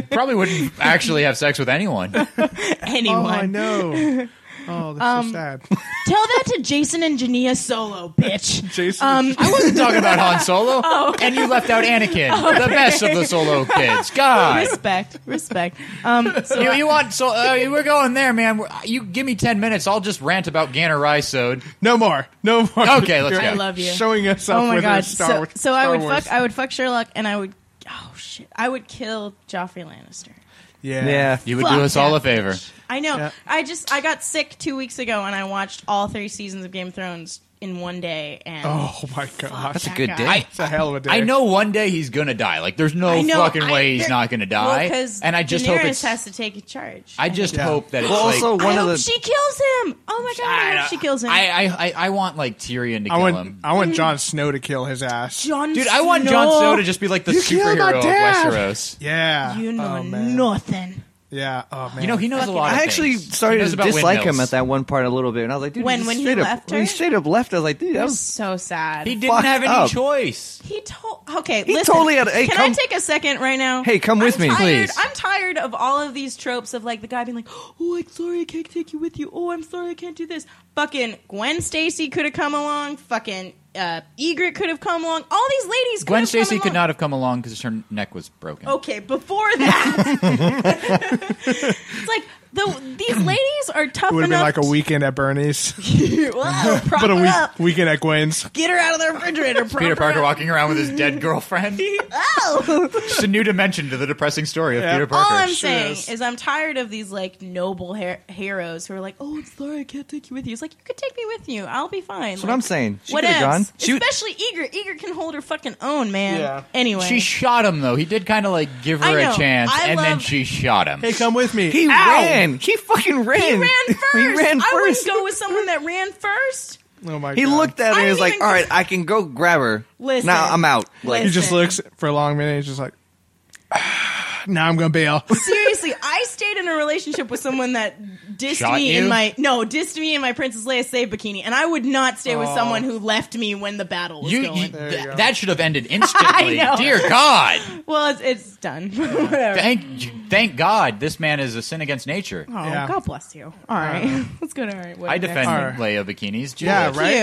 probably wouldn't actually have sex with anyone. Oh, I E anyone. [laughs] know. Oh, that's Um, so sad. Tell that to Jason and Jania Solo, bitch. [laughs] Jason. Um, I was Talking about [laughs] Han Solo, Oh. and you left out Anakin, the best of the Solo kids. God, respect, respect. [laughs] Um, so you, you want so uh, we're going there, man. We're- you give me ten minutes, I'll just rant about Ganner Rysode. no more. No more. Okay, let's I go. love you. Showing us up oh my with our god. Star, so Wars- so I Star would Wars. fuck. I would fuck Sherlock, and I would. Oh shit! I would kill Joffrey Lannister. Yeah. Yeah. You would Fuck do us all yeah. a favor. I know. Yeah. I just I got sick two weeks ago, and I watched all three seasons of Game of Thrones in one day. And Oh my gosh. That's a that good guy. day. I It's a hell of a day. I know one day he's gonna die. Like there's no I know, fucking I- way he's there- not gonna die. Well, and I just Daenerys hope it's. has to take charge. I just Yeah. hope that it's Well, like- also I one hope of the she kills him. Oh my god! I, hope she kills him. I, I, I, I want like Tyrion to I kill want. him. I want Jon Snow to kill his ass. Jon Dude, I want Snow. Jon Snow to just be like the You killed my superhero of dad! Westeros. yeah. You know [laughs] oh, man. nothing. Yeah. Oh man. You know, he knows a lot. Of I actually things. He started knows to about dislike windmills. him at that one part a little bit, and I was like, dude, When- just when he straight up- left when he her? straight up left. I was like, dude, that It was was so sad. He He, didn't fucked have any up. choice. told. Okay, He listen, totally had- hey, can come- I take a second right now? Hey, come with I'm me, tired- please. I'm tired of all of these tropes of like the guy being like, "Oh, I'm sorry, I can't take you with you. Oh, I'm sorry, I can't do this." Fucking Gwen Stacy could have come along. Fucking uh, Egret could have come along. All these ladies. could Gwen have Oh, come Stacy could along. not have come along because her neck was broken. Okay, before that, it's like the these ladies are tough It would have been like enough. a weekend at Bernie's, to- [laughs] Whoa, prop but a her week, up. weekend at Gwen's. Get her [laughs] out of the refrigerator. prop [laughs] Peter her Parker up. walking around with his [laughs] dead girlfriend. Oh. Just a new dimension to the depressing story of Yeah. Peter All Parker. I'm Sure saying is. is I'm tired of these like noble her- heroes who are like, "Oh, I'm sorry, I can't take you with you." It's like you could take me with you. I'll be fine. That's what I'm saying. She what could have gone. else? She would- Especially Eager. Eager can hold her fucking own, man. Yeah. Anyway, she shot him though. He did kind of like give I her a know. chance, I and then love- she shot him. Hey, come with me. Oh Ow! he ran. He fucking ran. he ran first. [laughs] he ran I wouldn't first. go with someone that ran first. Oh my. He God. looked at her I and was didn't like, even- all right, I can go grab her. Listen. Now I'm out. Like, He just Listen. looks for a long minute. He's just like, [sighs] "Ah, now I'm gonna bail. Seriously, I stayed in a relationship with someone that dissed Shot me you? in my no dissed me in my Princess Leia save bikini, and I would not stay with someone who left me when the battle was you, going. you- There you th- go. that should [laughs] have ended instantly. know. Dear God, well, it's, it's done. [laughs] Whatever. thank thank God, this man is a sin against nature. Oh, Yeah. Uh, God bless you. All right, [laughs] let's go to all right. I defend Alright. Leia bikinis. Yeah, Thank right.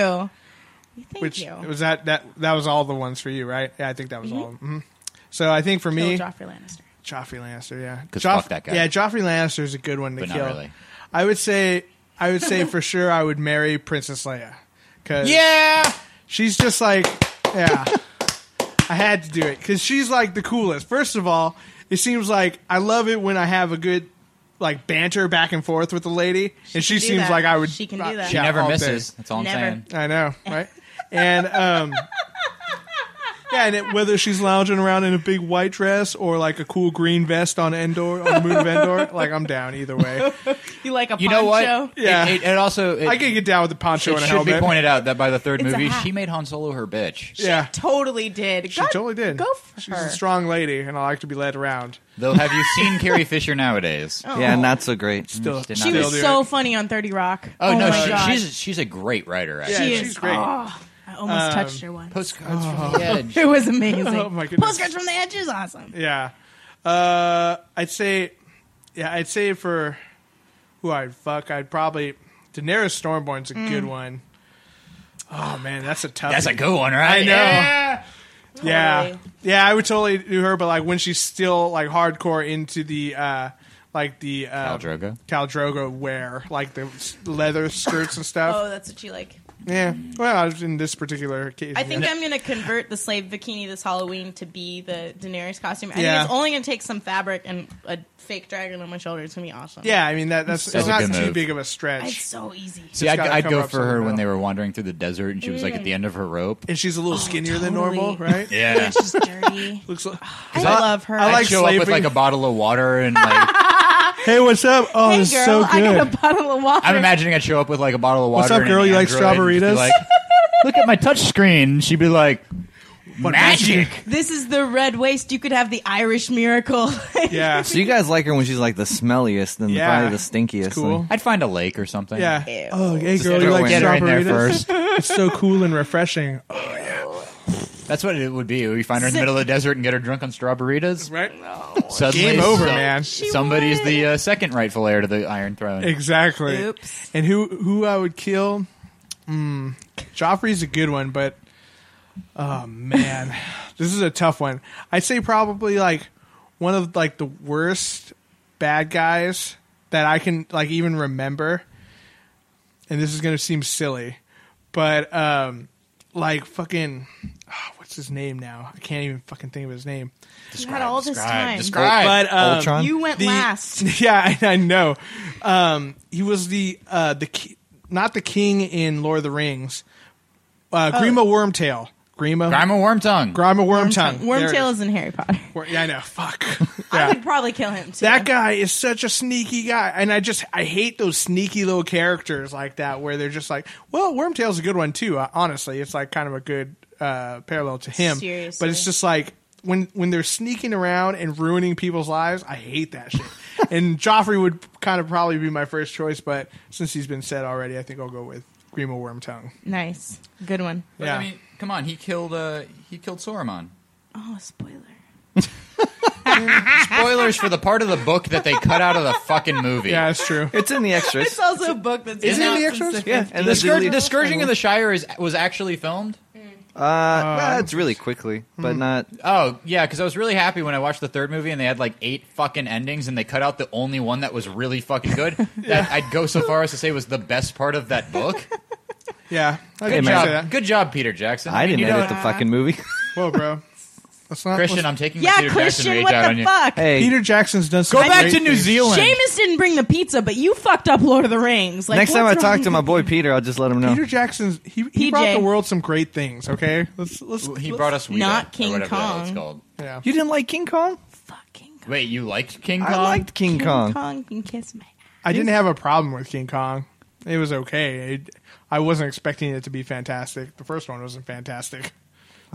you. Thank Which you. Mm-hmm. was that that that was all the ones for you, right? Yeah, I think that was all. hmm So I think for Kill me, Joffrey Lannister. Joffrey Lannister. Yeah, 'Cause Joff- fuck that guy. Yeah, Joffrey Lannister is a good one to But not kill. really. I would say, I would say for sure, I would marry Princess Leia because Yeah. she's just like, yeah. I had to do it because she's like the coolest. First of all, it seems like I love it when I have a good like banter back and forth with the lady, and she do seems that. like I would. She can rock- do that. She Yeah, never all day. misses. That's all I'm Never. saying. I know, right? and um, yeah, and it, whether she's lounging around in a big white dress or like a cool green vest on Endor on the moon of [laughs] Endor, like I'm down either way. You like a You know poncho? what? Yeah. It, it, it also it, I can get down with the it poncho and a should helmet. be pointed out that by the third It's a movie, hat. she made Han Solo her bitch. yeah, Totally did. she totally did. Go for She's her. a strong lady, and I like to be led around. Though, have you [laughs] seen Carrie Fisher nowadays? Oh. Yeah, not so great. Still, Mm, Did not She do still was do so it. funny on Thirty Rock. Oh, no, my she, God. she's she's a great writer. Yeah, Actually, She she's is- great. oh, I almost touched her once. postcards from the edge. It was amazing. um, [laughs] Oh, my goodness. Postcards from the Edge is awesome. Yeah. Uh, I'd say, yeah, I'd say for who I'd fuck, I'd probably Daenerys Stormborn's a Mm. good one. Oh man, that's a tough. That's a good one, right? I know. Yeah. Yeah. Totally. I would totally do her, but like when she's still like hardcore into the uh like the uh Khal Drogo? Khal Drogo wear, like the s- leather skirts and stuff. Oh, that's what you like. Yeah. Well, in this particular case. I think yeah. I'm going to convert the slave bikini this Halloween to be the Daenerys costume. I Yeah. think it's only going to take some fabric and a fake dragon on my shoulder. It's going to be awesome. Yeah, I mean that that's it's That's a not too good move. big of a stretch. It's so easy. See, Just I'd, gotta I'd come go up for her somewhere when else. they were wandering through the desert, and she was like at the end of her rope. and she's a little skinnier than Oh, totally. normal, right? Yeah, She's dirty. Looks like, I I- love her. I I'd like show up with slaving. like a bottle of [laughs] water and like hey, what's up? Oh, hey, girl, it's so I good. got a bottle of water. I'm imagining I'd show up with like a bottle of water. What's up, and girl? an You like Android and just be strawberries? Like, Look at my touch screen. And she'd be like, magic. This is the red waist. You could have the Irish miracle. [laughs] yeah, So you guys like her when she's like the smelliest and Yeah. probably the stinkiest. It's cool. I'd find a lake or something. yeah. Ew. Oh, hey, Just girl, you throw like it in there strawberries? first. It's so cool and refreshing, That's what it would be. We find her in the middle of the desert and get her drunk on strawberries. right? Suddenly, Game over, some- man. Somebody's the uh, second rightful heir to the Iron Throne. Exactly. Oops. And who who I would kill? Mm, Joffrey's a good one, but oh man, this is a tough one. I'd say probably like one of like the worst bad guys that I can like even remember. And this is gonna seem silly, but um, like fucking, ah, what's his name now? I can't even fucking think of his name. you had all this time. Describe. But um, Ultron? You went the- [laughs] last. Yeah, I, I know. Um, he was the uh, the ki- not the king in Lord of the Rings. Uh, Oh. Grima Wormtail. Grima. I'm a worm tongue. Grima Wormtongue. Wormtail is in Harry Potter. Wor- yeah, I know. Fuck. [laughs] I yeah. would probably kill him too. That guy is such a sneaky guy, and I just I hate those sneaky little characters like that where they're just like, well, Wormtail's a good one too. Uh, honestly, it's like kind of a good uh, parallel to him. Seriously. But it's just like when when they're sneaking around and ruining people's lives, I hate that shit. and Joffrey would kind of probably be my first choice, but since he's been said already, I think I'll go with Grima Wormtongue. Nice. Good one. But, yeah. I mean, come on. He killed. Uh, he killed Sauron. Oh, spoiler. Spoilers for the part of the book that they cut out of the fucking movie. Yeah, that's true. It's in the extras. It's also a book that's Is been it in out the since extras? yeah, and The, the scour- delete- the scourging of the Shire is was actually filmed. Uh, well, it's really quickly, but not. Oh yeah, because I was really happy when I watched the third movie and they had like eight fucking endings and they cut out the only one that was really fucking good. That I'd go so far as to say was the best part of that book. Yeah, I Good can say job, that. good job, Peter Jackson. I mean, didn't you edit don't- the fucking movie. Whoa, bro. That's not Christian, I'm taking the Yeah, Peter Jackson Christian, rage what out on the you. fuck? [laughs] hey, Peter Jackson's done. Go back to New Zealand. Zealand. Seamus didn't bring the pizza, but you fucked up Lord of the Rings. Like, next time I what's talk wrong to my boy Peter, I'll just let him know. Peter Jackson's he, PJ. he brought the world some great things. Okay, let's let's. He brought us Weedo, Not or King whatever the hell it's Kong. called. Yeah. you didn't like King Kong? Fucking Kong. Wait, you liked King Kong? I liked King, Kong. Kong can kiss my ass. I didn't have a problem with King Kong. It was okay. It, I wasn't expecting it to be fantastic. The first one wasn't [laughs] fantastic.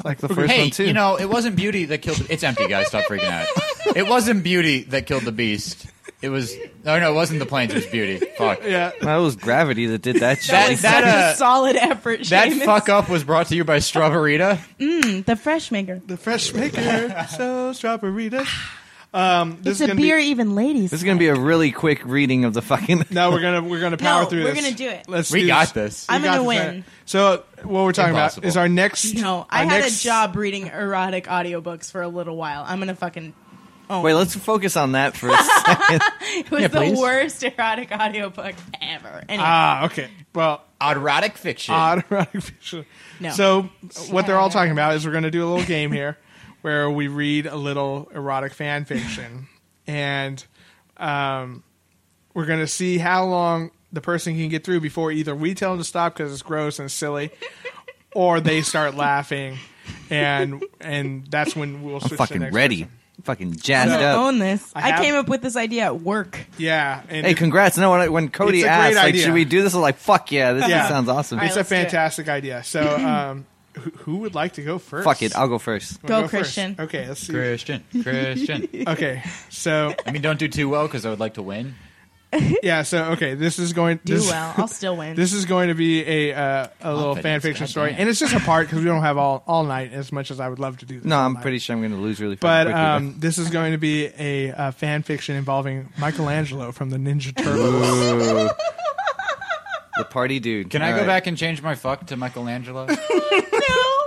Like the first Hey, one too. you know, it wasn't beauty that killed. The, it's empty, guys. Stop freaking out. It wasn't beauty that killed the beast. It was. Oh no, it wasn't the planes. It was beauty. Fuck. Yeah, that was gravity that did that shit. That- Like, such that, uh, a solid effort. That Seamus. fuck up was brought to you by Strawberita. The fresh maker. the fresh [laughs] maker so strawberry. [sighs] Um, this It's is a gonna be- beer even ladies. this is gonna be a really quick reading of the fucking. no, we're gonna we're gonna power No, through we're this. gonna do it. Let's We do got this. We I'm gonna got this. win. So what we're talking Impossible. about is our next. [laughs] No, our I had next- a job reading erotic audiobooks for a little while. I'm gonna fucking [laughs] [laughs] Wait, let's focus on that for a second. It was Yeah, the please. worst erotic audiobook ever. Anyway, Ah, okay. Well, Erotic fiction. odd erotic fiction. No. So uh, what they're all talking about is we're going to do a little game here [laughs] where we read a little erotic fan fiction, and um, we're going to see how long the person can get through before either we tell them to stop because it's gross and silly, [laughs] or they start laughing, and and that's when we'll switch. to the I'm fucking next ready. person. Fucking jazzed I up. own this. I I, have- came up with this idea at work. Yeah. And Hey, it- congrats. No, when, I- when Cody It's a great asked, like, idea. should we do this? I was like, fuck yeah, this Yeah. sounds awesome. All it's right, a let's do it. fantastic idea. So, [clears throat] um, who, who would like to go first? fuck it, I'll go first. Wanna Go, first? Christian. Okay, let's see. Christian. Christian. Okay, so [laughs] I mean, don't do too well because I would like to win. yeah, so okay, this is going Do this, well. I'll still [laughs] win. This is going to be a uh, a little fan Confidence, fiction goddamn. story, and it's just a [laughs] part because we don't have all all night as much as I would love to do. This No, all I'm night. pretty sure I'm going to lose really fucking But quickly. um, this is going to be a uh, fan fiction involving Michelangelo from the Ninja Turtles. the party dude. Can I All go right. back and change my fuck to [laughs] Michelangelo? no.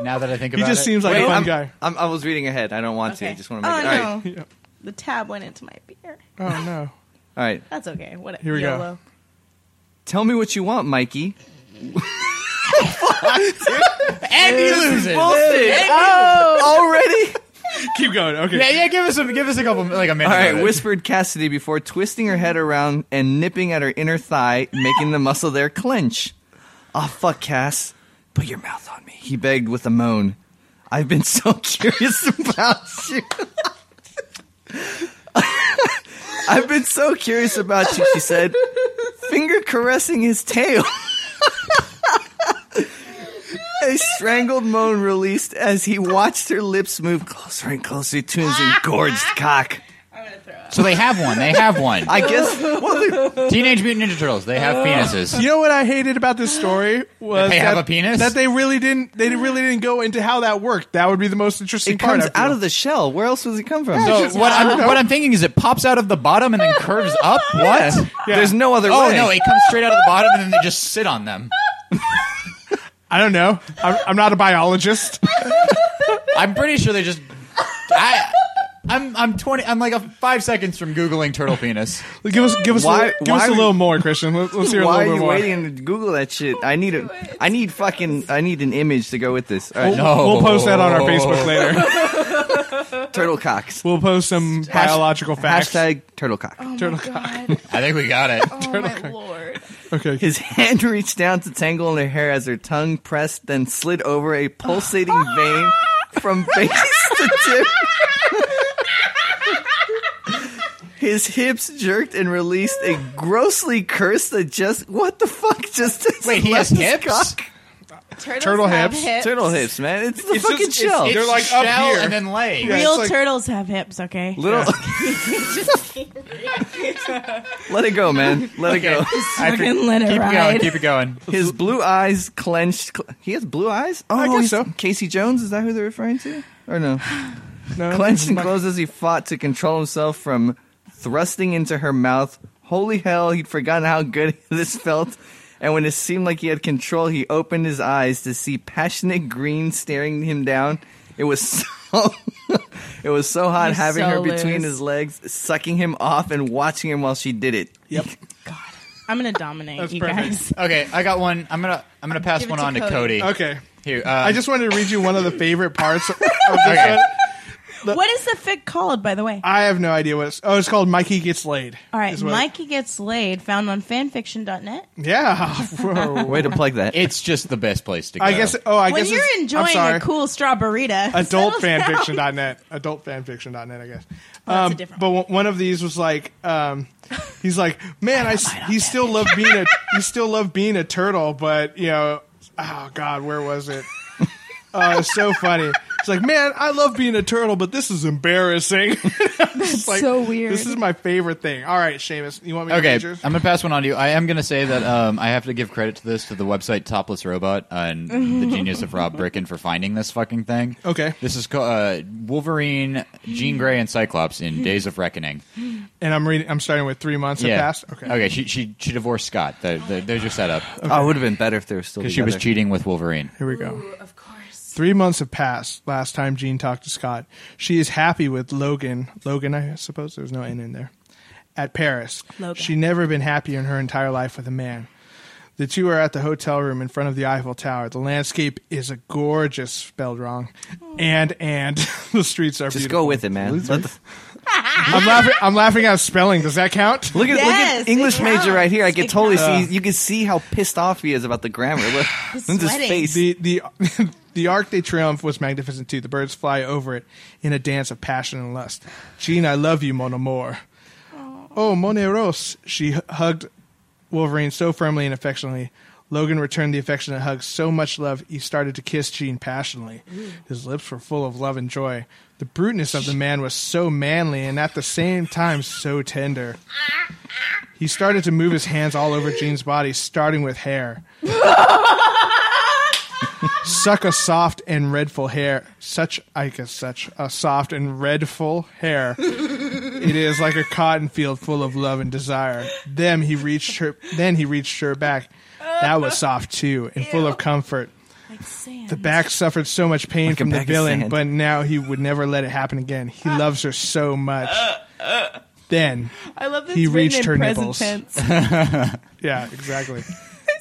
now that I think he about it, just seems like a fun I'm, guy. I'm, I was reading ahead. I don't want to. Okay. I just want to make oh, it. All no. [laughs] right. Yeah. The tab went into my beer. Oh no! All right. That's okay. What Here we go. YOLO. Tell me what you want, Mikey. and he loses. Already? Keep going. Okay. Yeah, yeah. Give us a give us a couple like a minute. All right, of it. whispered Cassidy before twisting her head around and nipping at her inner thigh, making the muscle there clench. Ah, fuck, Cass. Put your mouth on me, he begged with a moan. I've been so [laughs] curious about you. [laughs] I've been so curious about you, she said, finger caressing his tail. [laughs] A strangled moan released as he watched her lips move closer and closer to his engorged cock. I'm gonna throw up. So they have one. They have [laughs] one. I [laughs] guess. Well, they- Teenage Mutant Ninja Turtles. They have penises. You know what I hated about this story was They that, have a penis? that they really didn't they really didn't go into how that worked. That would be the most interesting it part. comes I feel. out of the shell. Where else does it come from? So what I'm what I'm thinking is it pops out of the bottom and then curves [laughs] up. What? Yeah. There's no other Oh way. no! It comes straight out of the bottom and then they just sit on them. I don't know. I'm, I'm not a biologist. [laughs] I'm pretty sure they just. I, I'm I'm twenty. I'm like a five seconds from googling turtle penis. Give us give us a, Why- little- give us why a are little you- more, Christian. Let, us hear a Why little are bit you more. waiting to Google that shit? I need a. I need fucking. I need an image to go with this. All right, No. We'll post that on our Facebook [laughs] later. Oh. turtle cocks. We'll post some biological facts. Hashtag turtle cock. Oh Turtle my god. I think we got it. [laughs] [laughs] Oh my lord. Okay. His hand [laughs] reached down to tangle in her hair as her tongue pressed, then slid over a [laughs] pulsating vein from base to tip. His hips jerked and released a grossly curse that just what the fuck just Wait, he has [laughs] left his hips? cock. Turtles Turtle have hips. hips. Turtle hips, man. It's the fucking just- shell. They're like up shell here. and then legs. Yeah, Real it's like- turtles have hips, okay? Little, [laughs] let it go, man. Let it go. I Fucking let it keep ride. it going. Keep it going. His blue eyes clenched. Cl- he has blue eyes. Oh, I guess he's- so. Casey Jones is that who they're referring to? Or no? No, Clenched and closed as he fought to control himself from thrusting into her mouth. Holy hell, he'd forgotten how good [laughs] this felt. And when it seemed like he had control, he opened his eyes to see passionate green staring him down. It was [laughs] so it was so hot He's having so her between loose. his legs, sucking him off and watching him while she did it. Yep. God. I'm gonna dominate That's you perfect. [laughs] guys. Okay, I got one. I'm gonna I'm gonna pass Give it one to on to Cody. Cody. Okay. Here, um, I just wanted to read you one of the favorite [laughs] parts. Of this Okay. one. What is the fic called, by the way? I have no idea what it's. Oh, it's called Mikey Gets Laid. All right, is what- Mikey Gets Laid, found on fanfiction.net. [laughs] Yeah. [laughs] Whoa. Way to plug that. It's just the best place to go. I guess. Oh, I when guess. you're it's- I'm enjoying sorry. a cool [laughs] strawberita, adultfanfiction.net adultfanfiction.net i guess that's um, a different but one- one of these was like um, he's like man i, s- he still loved being a he still loved being a turtle but you know oh god where was it oh it's so funny it's like man i love being a turtle but this is embarrassing [laughs] It's like, so weird. this is my favorite thing all right Seamus, you want me to Okay, read I'm yours? gonna pass one on to you. I am gonna say that um, I have to give credit to this to the website Topless Robot [laughs] and the genius of Rob Bricken for finding this fucking thing. Okay. this is co- uh, Wolverine, Jean Grey, and Cyclops Hmm. in Days of Reckoning. and i'm reading i'm starting with three months have passed okay Oh, okay. She she she divorced Scott. The, the, there's your setup Oh, it would have been better if they were still because she was together. cheating with Wolverine. here we go of course. Three months have passed last time Jean talked to Scott. She is happy with Logan. Logan, I suppose there's no N in there. At Paris. Logan. She never been happier in her entire life with a man. The two are at the hotel room in front of the Eiffel Tower. The landscape is a gorgeous spelled wrong. And and [laughs] the streets are Just beautiful. go with it, man. Let the- I'm laughing I'm laughing at spelling. Does that count? look at Yes, look at English it major right here. I counts. can It totally counts. see you can see how pissed off he is about the grammar. Look, [sighs] He's look at his sweating. face. the the [laughs] the Arc de Triomphe was magnificent too. The birds fly over it in a dance of passion and lust. Jean, I love you, mon amour. Oh, mon eros. She h- hugged Wolverine so firmly and affectionately. Logan returned the affectionate hug so much love he started to kiss Jean passionately. His lips were full of love and joy. The bruteness of the man was so manly and at the same time so tender. He started to move his hands all over Jean's body, starting with hair. suck a soft and redful hair. Such, I guess, such a soft and redful hair. it is like a cotton field full of love and desire. Then he reached her. Then he reached her back. That was soft too, and full of comfort. Like sand. The back suffered so much pain a from the bag of villain, sand. but now he would never let it happen again. He loves her so much. Then I love this. He written reached in her nipples. [laughs] present tense. Yeah, exactly.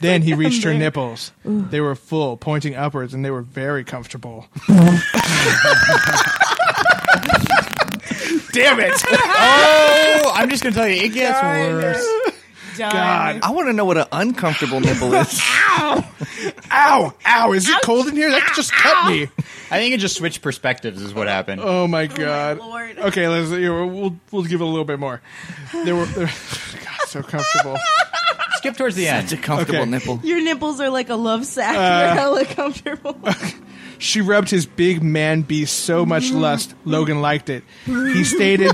then he reached her there. nipples. They were full, pointing upwards, and they were very comfortable. Damn it! Oh, I'm just gonna tell you, it gets worse. Done. God. [laughs] I want to know what an uncomfortable nipple is. Ow! Ow! Is it cold in here? That just cut me. I think it just switched perspectives is what happened. Oh my god. Lord. Okay, let's you know, we'll we'll give it a little bit more. They were, they were [laughs] God, so comfortable. Skip towards the It's a end. comfortable Okay. nipple. Your nipples are like a love Uh, sack. You're hella comfortable. [laughs] She rubbed his big man beast so much lust, Logan liked it. He stated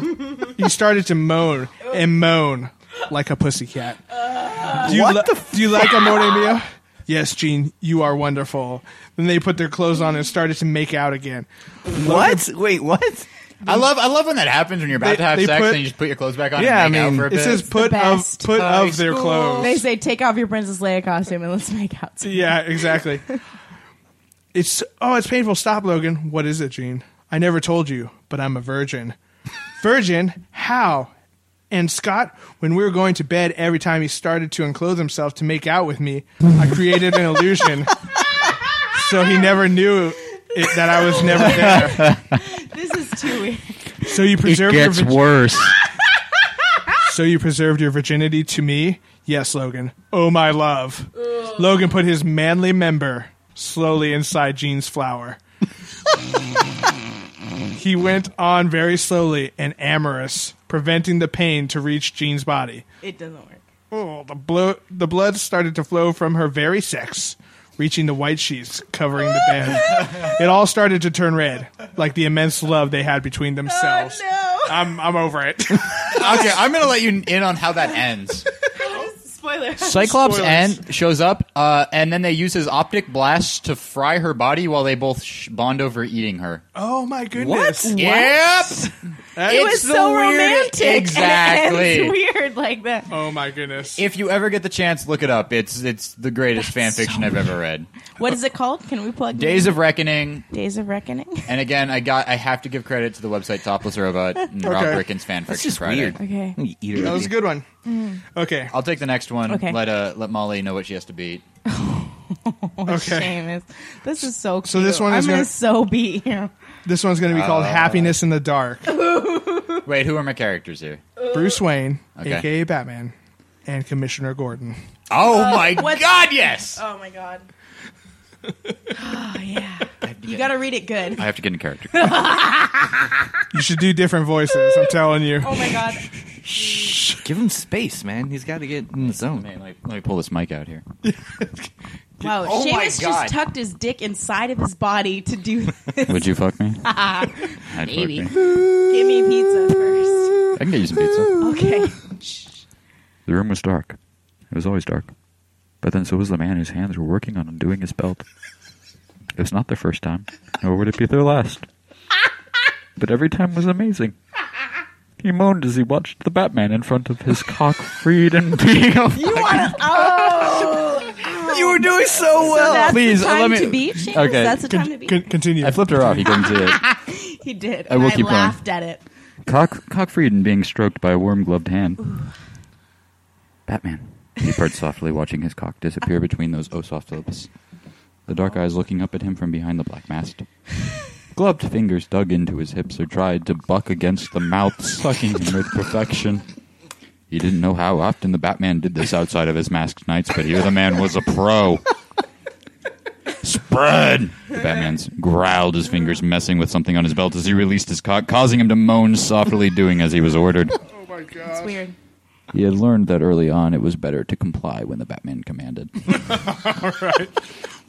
he started to moan and moan like a pussycat. Do you, What li- the f- do you like a morning meal? Yes, Gene, you are wonderful. Then they put their clothes on and started to make out again. What? Wait, what? I love I love when that happens when you're about They- to have they sex put- and you just put your clothes back on Yeah, I and make out mean, for a it bit. says put the of best. put High of their school. clothes. they say, take off your Princess Leia costume and let's make out. Yeah, exactly. it's oh, it's painful. Stop, Logan. What is it, Gene? I never told you, but I'm a virgin. Virgin? How? And Scott, when we were going to bed, every time he started to unclothe himself to make out with me, I created an illusion, so he never knew it, that I was never there. This is too weird. So you preserved your virgin- worse. [laughs] So you preserved your virginity to me? Yes, Logan. Oh, my love. Logan put his manly member slowly inside Jean's flower. [laughs] he went on very slowly and amorous, preventing the pain to reach Jean's body. It [laughs] doesn't work. Oh, the, blo- the blood started to flow from her very sex, reaching the white sheets covering the bed. it all started to turn red, like the immense love they had between themselves. Oh I'm, I'm over it. [laughs] Okay, I'm gonna let you in on how that ends. Uh, no! [laughs] Spoiler. Cyclops Spoilers. and shows up, uh, and then they use his optic blast to fry her body while they both sh- bond over eating her. oh, my What? goodness. Yep, It was so romantic. [laughs] and it Exactly. ends [laughs] weird like that. Oh my goodness. if you ever get the chance, look it up. It's it's the greatest fan fiction I've ever read. What is it called? Can we plug Days it of Reckoning, in? Days of Reckoning? [laughs] and again, I got I have to give credit to the website Topless Robot and Rob Okay. Rickin's fan That's fiction just Friday. weird. Okay. You eat her. that was a good one. Mm. Okay. I'll take the next one. Okay. Let uh let Molly know what she has to beat. Oh, [laughs] Okay. Seamus. This is so cute. So this one is I'm gonna, gonna- so beat [laughs] you. This one's going to be called Uh. Happiness in the [laughs] Dark. Wait, who are my characters here? Bruce Wayne, Okay. aka Batman, and Commissioner Gordon. Oh Uh, my what's- god, yes! Oh my god. Oh [laughs] yeah. You gotta read it good. I have to get in character. You should do different voices, I'm telling you. [laughs] Oh my god. Give him space, man. He's got to get in the zone. Let me, let me pull this mic out here. Wow. Oh my Seamus God. just tucked his dick inside of his body to [laughs] do this. Would you fuck [laughs] me? I'd Maybe. Fuck me. Give me pizza first. I can get you some pizza. Okay. The room was dark. It was always dark. But then so was the man whose hands were working on undoing his belt. It was not their first time, nor would it be their last. [laughs] But every time was amazing. He moaned as he watched the [laughs] Batman in front of his cock freed and being off. You wanna Oh You were doing so well. that's Please, the time let me- to be. James. Okay. That's the time to be. Con- continue. I flipped her off. He couldn't see it. he did. I will and keep I going. laughed at it. Cock Cockfrieden being stroked by a warm gloved hand. Batman. He purred softly, watching his cock disappear between those oh soft lips. The dark eyes looking up at him from behind the black mask. Gloved fingers dug into his hips or tried to buck against the mouth, sucking him with perfection. He didn't know how often the Batman did this outside of his masked nights, but here the man was a pro. Spread! The Batman growled, his fingers messing with something on his belt as he released his cock, causing him to moan softly, doing as he was ordered. It's weird. He had learned that early on it was better to comply when the Batman commanded. Well,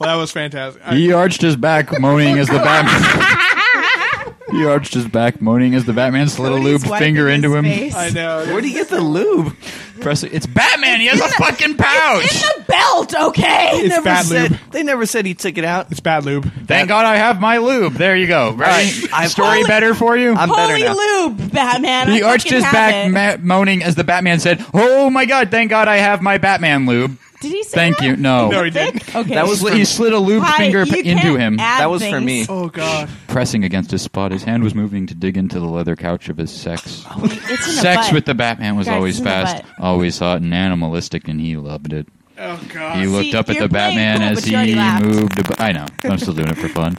that was fantastic. I- He arched his back, moaning as the Batman. [laughs] he arched his back, moaning as the Batman slid a Cody's lubed wiping finger his into him. face. I know. Where do you get the lube? Press it. It's Batman. He has a fucking pouch. The belt, okay. It's bad said, lube. They never said he took it out. It's bad lube. Thank God I have my lube. There you go. Right. I've- Story better for you. I'm better Holy now. lube, Batman. he I arched fucking his have back, it. ma- moaning as the Batman said, "Oh my God! Thank God I have my Batman lube." Did he say Thank that? you. No. No, I he didn't. think? Okay. That He was slid- he slid a lubed Hi, finger you into can't him. add That was for things. me. Oh God. Pressing against his spot, his hand was moving to dig into the leather couch of his sex. It's in the [laughs] Sex butt. with the Batman was Guys, always it's in the fast, always hot and animalistic, and he loved it. Oh He God. looked up at you're the playing Batman cool, as but you already he laughed. moved. Ab- I know, I'm still doing it [laughs] for fun.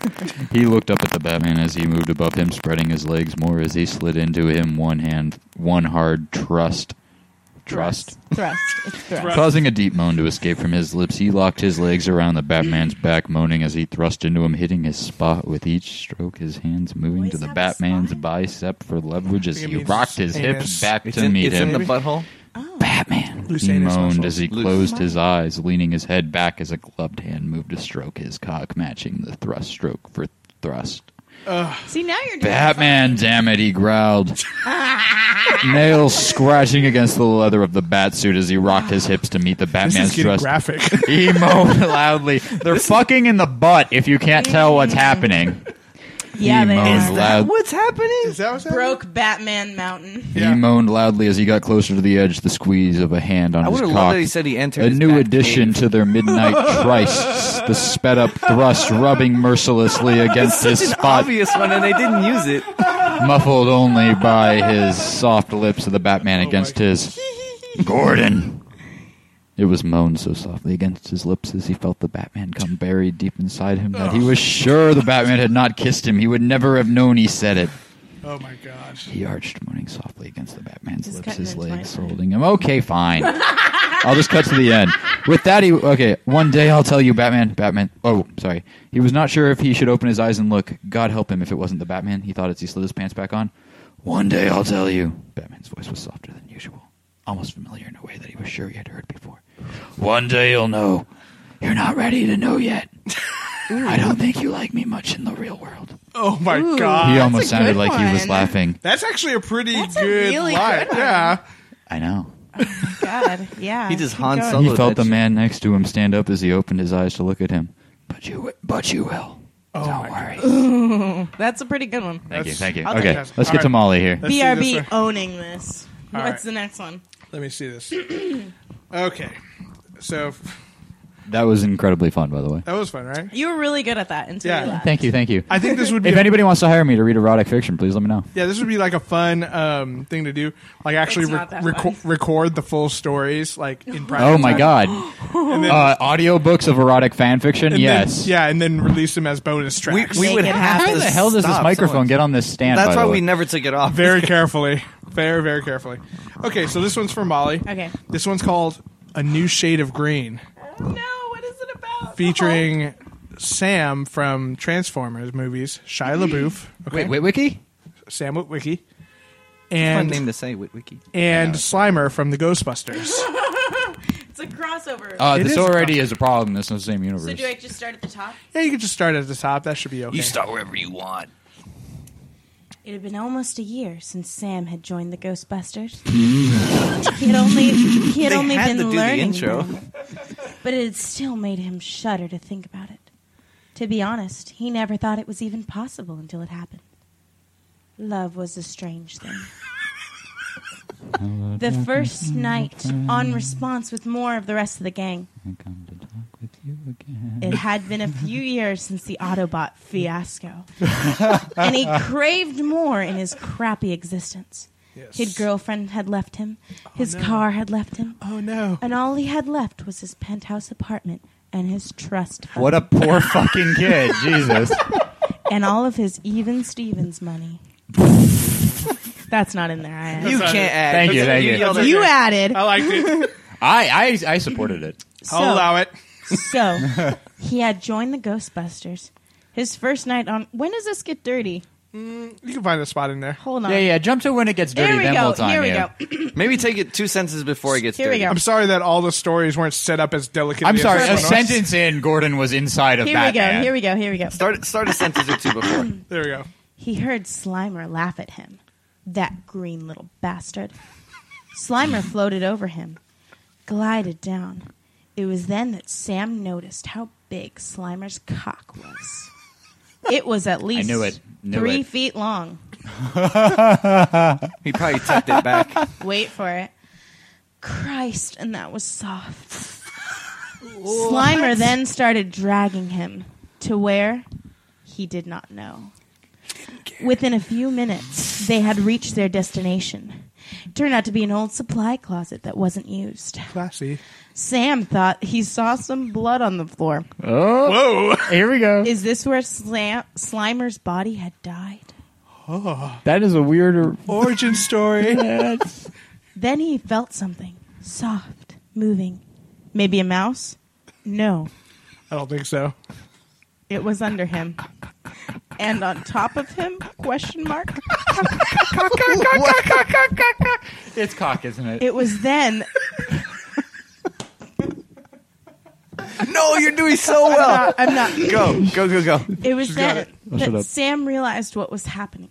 He looked up at the Batman as he moved above him, spreading his legs more as he slid into him. One hand, one hard trust, trust, thrust. It's thrust. Causing a deep moan to escape from his lips, he locked his legs around the Batman's back, moaning as he thrust into him, hitting his spot with each stroke, his hands moving Always to the have a Batman's spot? bicep for leverage as I think it he means rocked his anus. hips back It's to in, meet it's in him. the butthole. Batman! Loose he anus moaned muscle. as he Loose. closed his eyes, leaning his head back as a gloved hand moved to stroke his cock, matching the thrust stroke for thrust. See, now you're doing Batman, damn it, he [laughs] growled. Nails scratching against the leather of the bat suit as he rocked his hips to meet the This is Batman's getting thrust. graphic. [laughs] [laughs] He moaned loudly. They're fucking in the butt if you can't tell what's happening. Mm. Yeah, he they moaned are. loud. What's happening? is that what's happening? [laughs] Broke Batman Mountain. Yeah. He moaned loudly as he got closer to the edge, the squeeze of a hand on I his would have cock. loved that he said he entered a his new back addition cave. to [laughs] their midnight trysts, the sped up thrust rubbing mercilessly against his It's an spot, obvious one, and they didn't use it. muffled only by his soft lips of the Oh Batman against my- [laughs] his. Gordon! It was moaned so softly against his lips as he felt the Batman come buried deep inside him that he was sure the Batman had not kissed him. He would never have known he said it. Oh my God. He arched, moaning softly against the Batman's Just lips, cutting his into my legs time. holding him. Okay, fine. I'll just cut to the end. With that, he okay. One day I'll tell you, Batman. Batman. Oh, sorry. He was not sure if he should open his eyes and look. God help him if it wasn't the Batman. He thought as he slid his pants back on. One day I'll tell you. Batman's voice was softer than usual, almost familiar in a way that he was sure he had heard before. One day you'll know. You're not ready to [laughs] know yet. I don't think you like me much in the real world. Oh my Ooh. God. He that's almost a sounded good like he was one. laughing. That's actually a pretty That's a good really line. good one. Yeah. I know. God, [laughs] yeah. He just Keep Han going. Solo. He felt that the shit. man next to him stand up as he opened his eyes to look at him. But you, but you will. Oh Don't my worry. That's a pretty good one. Thank you, That's- thank you. I'll Okay, take that. let's get All right. to Molly here. Let's do this BRB one. owning this. All What's right. the next one? Let me see [clears throat] this. Okay. So That was incredibly fun, by the way. that was fun, right? You were really good at that until Yeah. you left. Thank you, thank you. I think this would be [laughs] If a- anybody wants to hire me to read erotic fiction, please let me know. yeah, this would be like a fun um, thing to do. Like actually It's re- not that reco- fun. record the full stories like [laughs] in private. Oh my time. god. And then, Uh, audiobooks of erotic fan fiction? and then- Yes. yeah, and then release them as bonus We, tracks. we Make would it have happen. How to the hell does this stop microphone someone. get on this stand? by That's the why way? we never took it [laughs] off. very carefully, very very carefully. Okay, so this one's for Molly. Okay. This one's called "A New Shade of Green," No, what is it about? featuring Sam from Transformers movies, Mm-hmm. Shia LaBeouf. Okay, Wait, wait, Wiki? Sam Witwicky. Fun And name to say, Wit- Wiki. and Slimer from the [laughs] Ghostbusters. It's a crossover. Uh, It this is already is a problem. This is the same so universe. do I just start at the top? yeah, you can just start at the top. That should be okay. wherever you want. It had been almost a year since Sam had joined the Ghostbusters. he had only he Mm. had They only had been to do the learning intro. them, but it had still made him shudder to think about it. To be honest, he never thought it was even possible until it happened. Love was a strange thing. the first night on response with more of the rest of the gang. I come to talk with you again. It had been a few years since the Autobot fiasco, and he craved more in his crappy existence. His girlfriend had left him, his car had left him, Oh no. and all he had left was his penthouse apartment and his trust fund, What a poor fucking [laughs] kid, Jesus. [laughs] and all of his even Stevens [laughs] money. That's not in there. I added. You can't add. Thank you, thank you. yelled You, at me. added. I liked [laughs] it. I, I I supported it. So- I'll allow it. So he had joined the Ghostbusters. His first night on. When does this get dirty? You can find a spot in there. Hold on. Yeah, yeah. Jump to when it gets dirty, Here we then go. we'll time Here we you. [clears throat] go. Maybe take it two sentences before it gets Here we dirty. go. I'm sorry that all the stories weren't set up as delicate. I'm sorry. A Perfect. sentence in, Gordon was inside of Here we go. Batman. Here we go. Here we go. Start start a sentence or two before. There we go. He heard Slimer laugh at him. That green little bastard. Slimer floated over him, glided down. It was then that Sam noticed how big Slimer's cock was. It was at least knew it. Knew three it. feet long. He probably tucked it back. Wait for it. Christ, and that was soft. Slimer then started dragging him to where he did not know. Within a few minutes, they had reached their destination. It turned out to be an old supply closet that wasn't used. Classy. Sam thought he saw some blood on the floor. Oh, Whoa. Here we go. Is this where Slam- Slimer's body had died? That is a weirder. Origin story. Then he felt something soft, moving. Maybe a mouse? No, I don't think so. It was under him. And on top of him? Question mark. It's cock, isn't it? It was then No, you're doing so well. I'm not Go, go, go, go. it was then shut that up. Sam realized what was happening.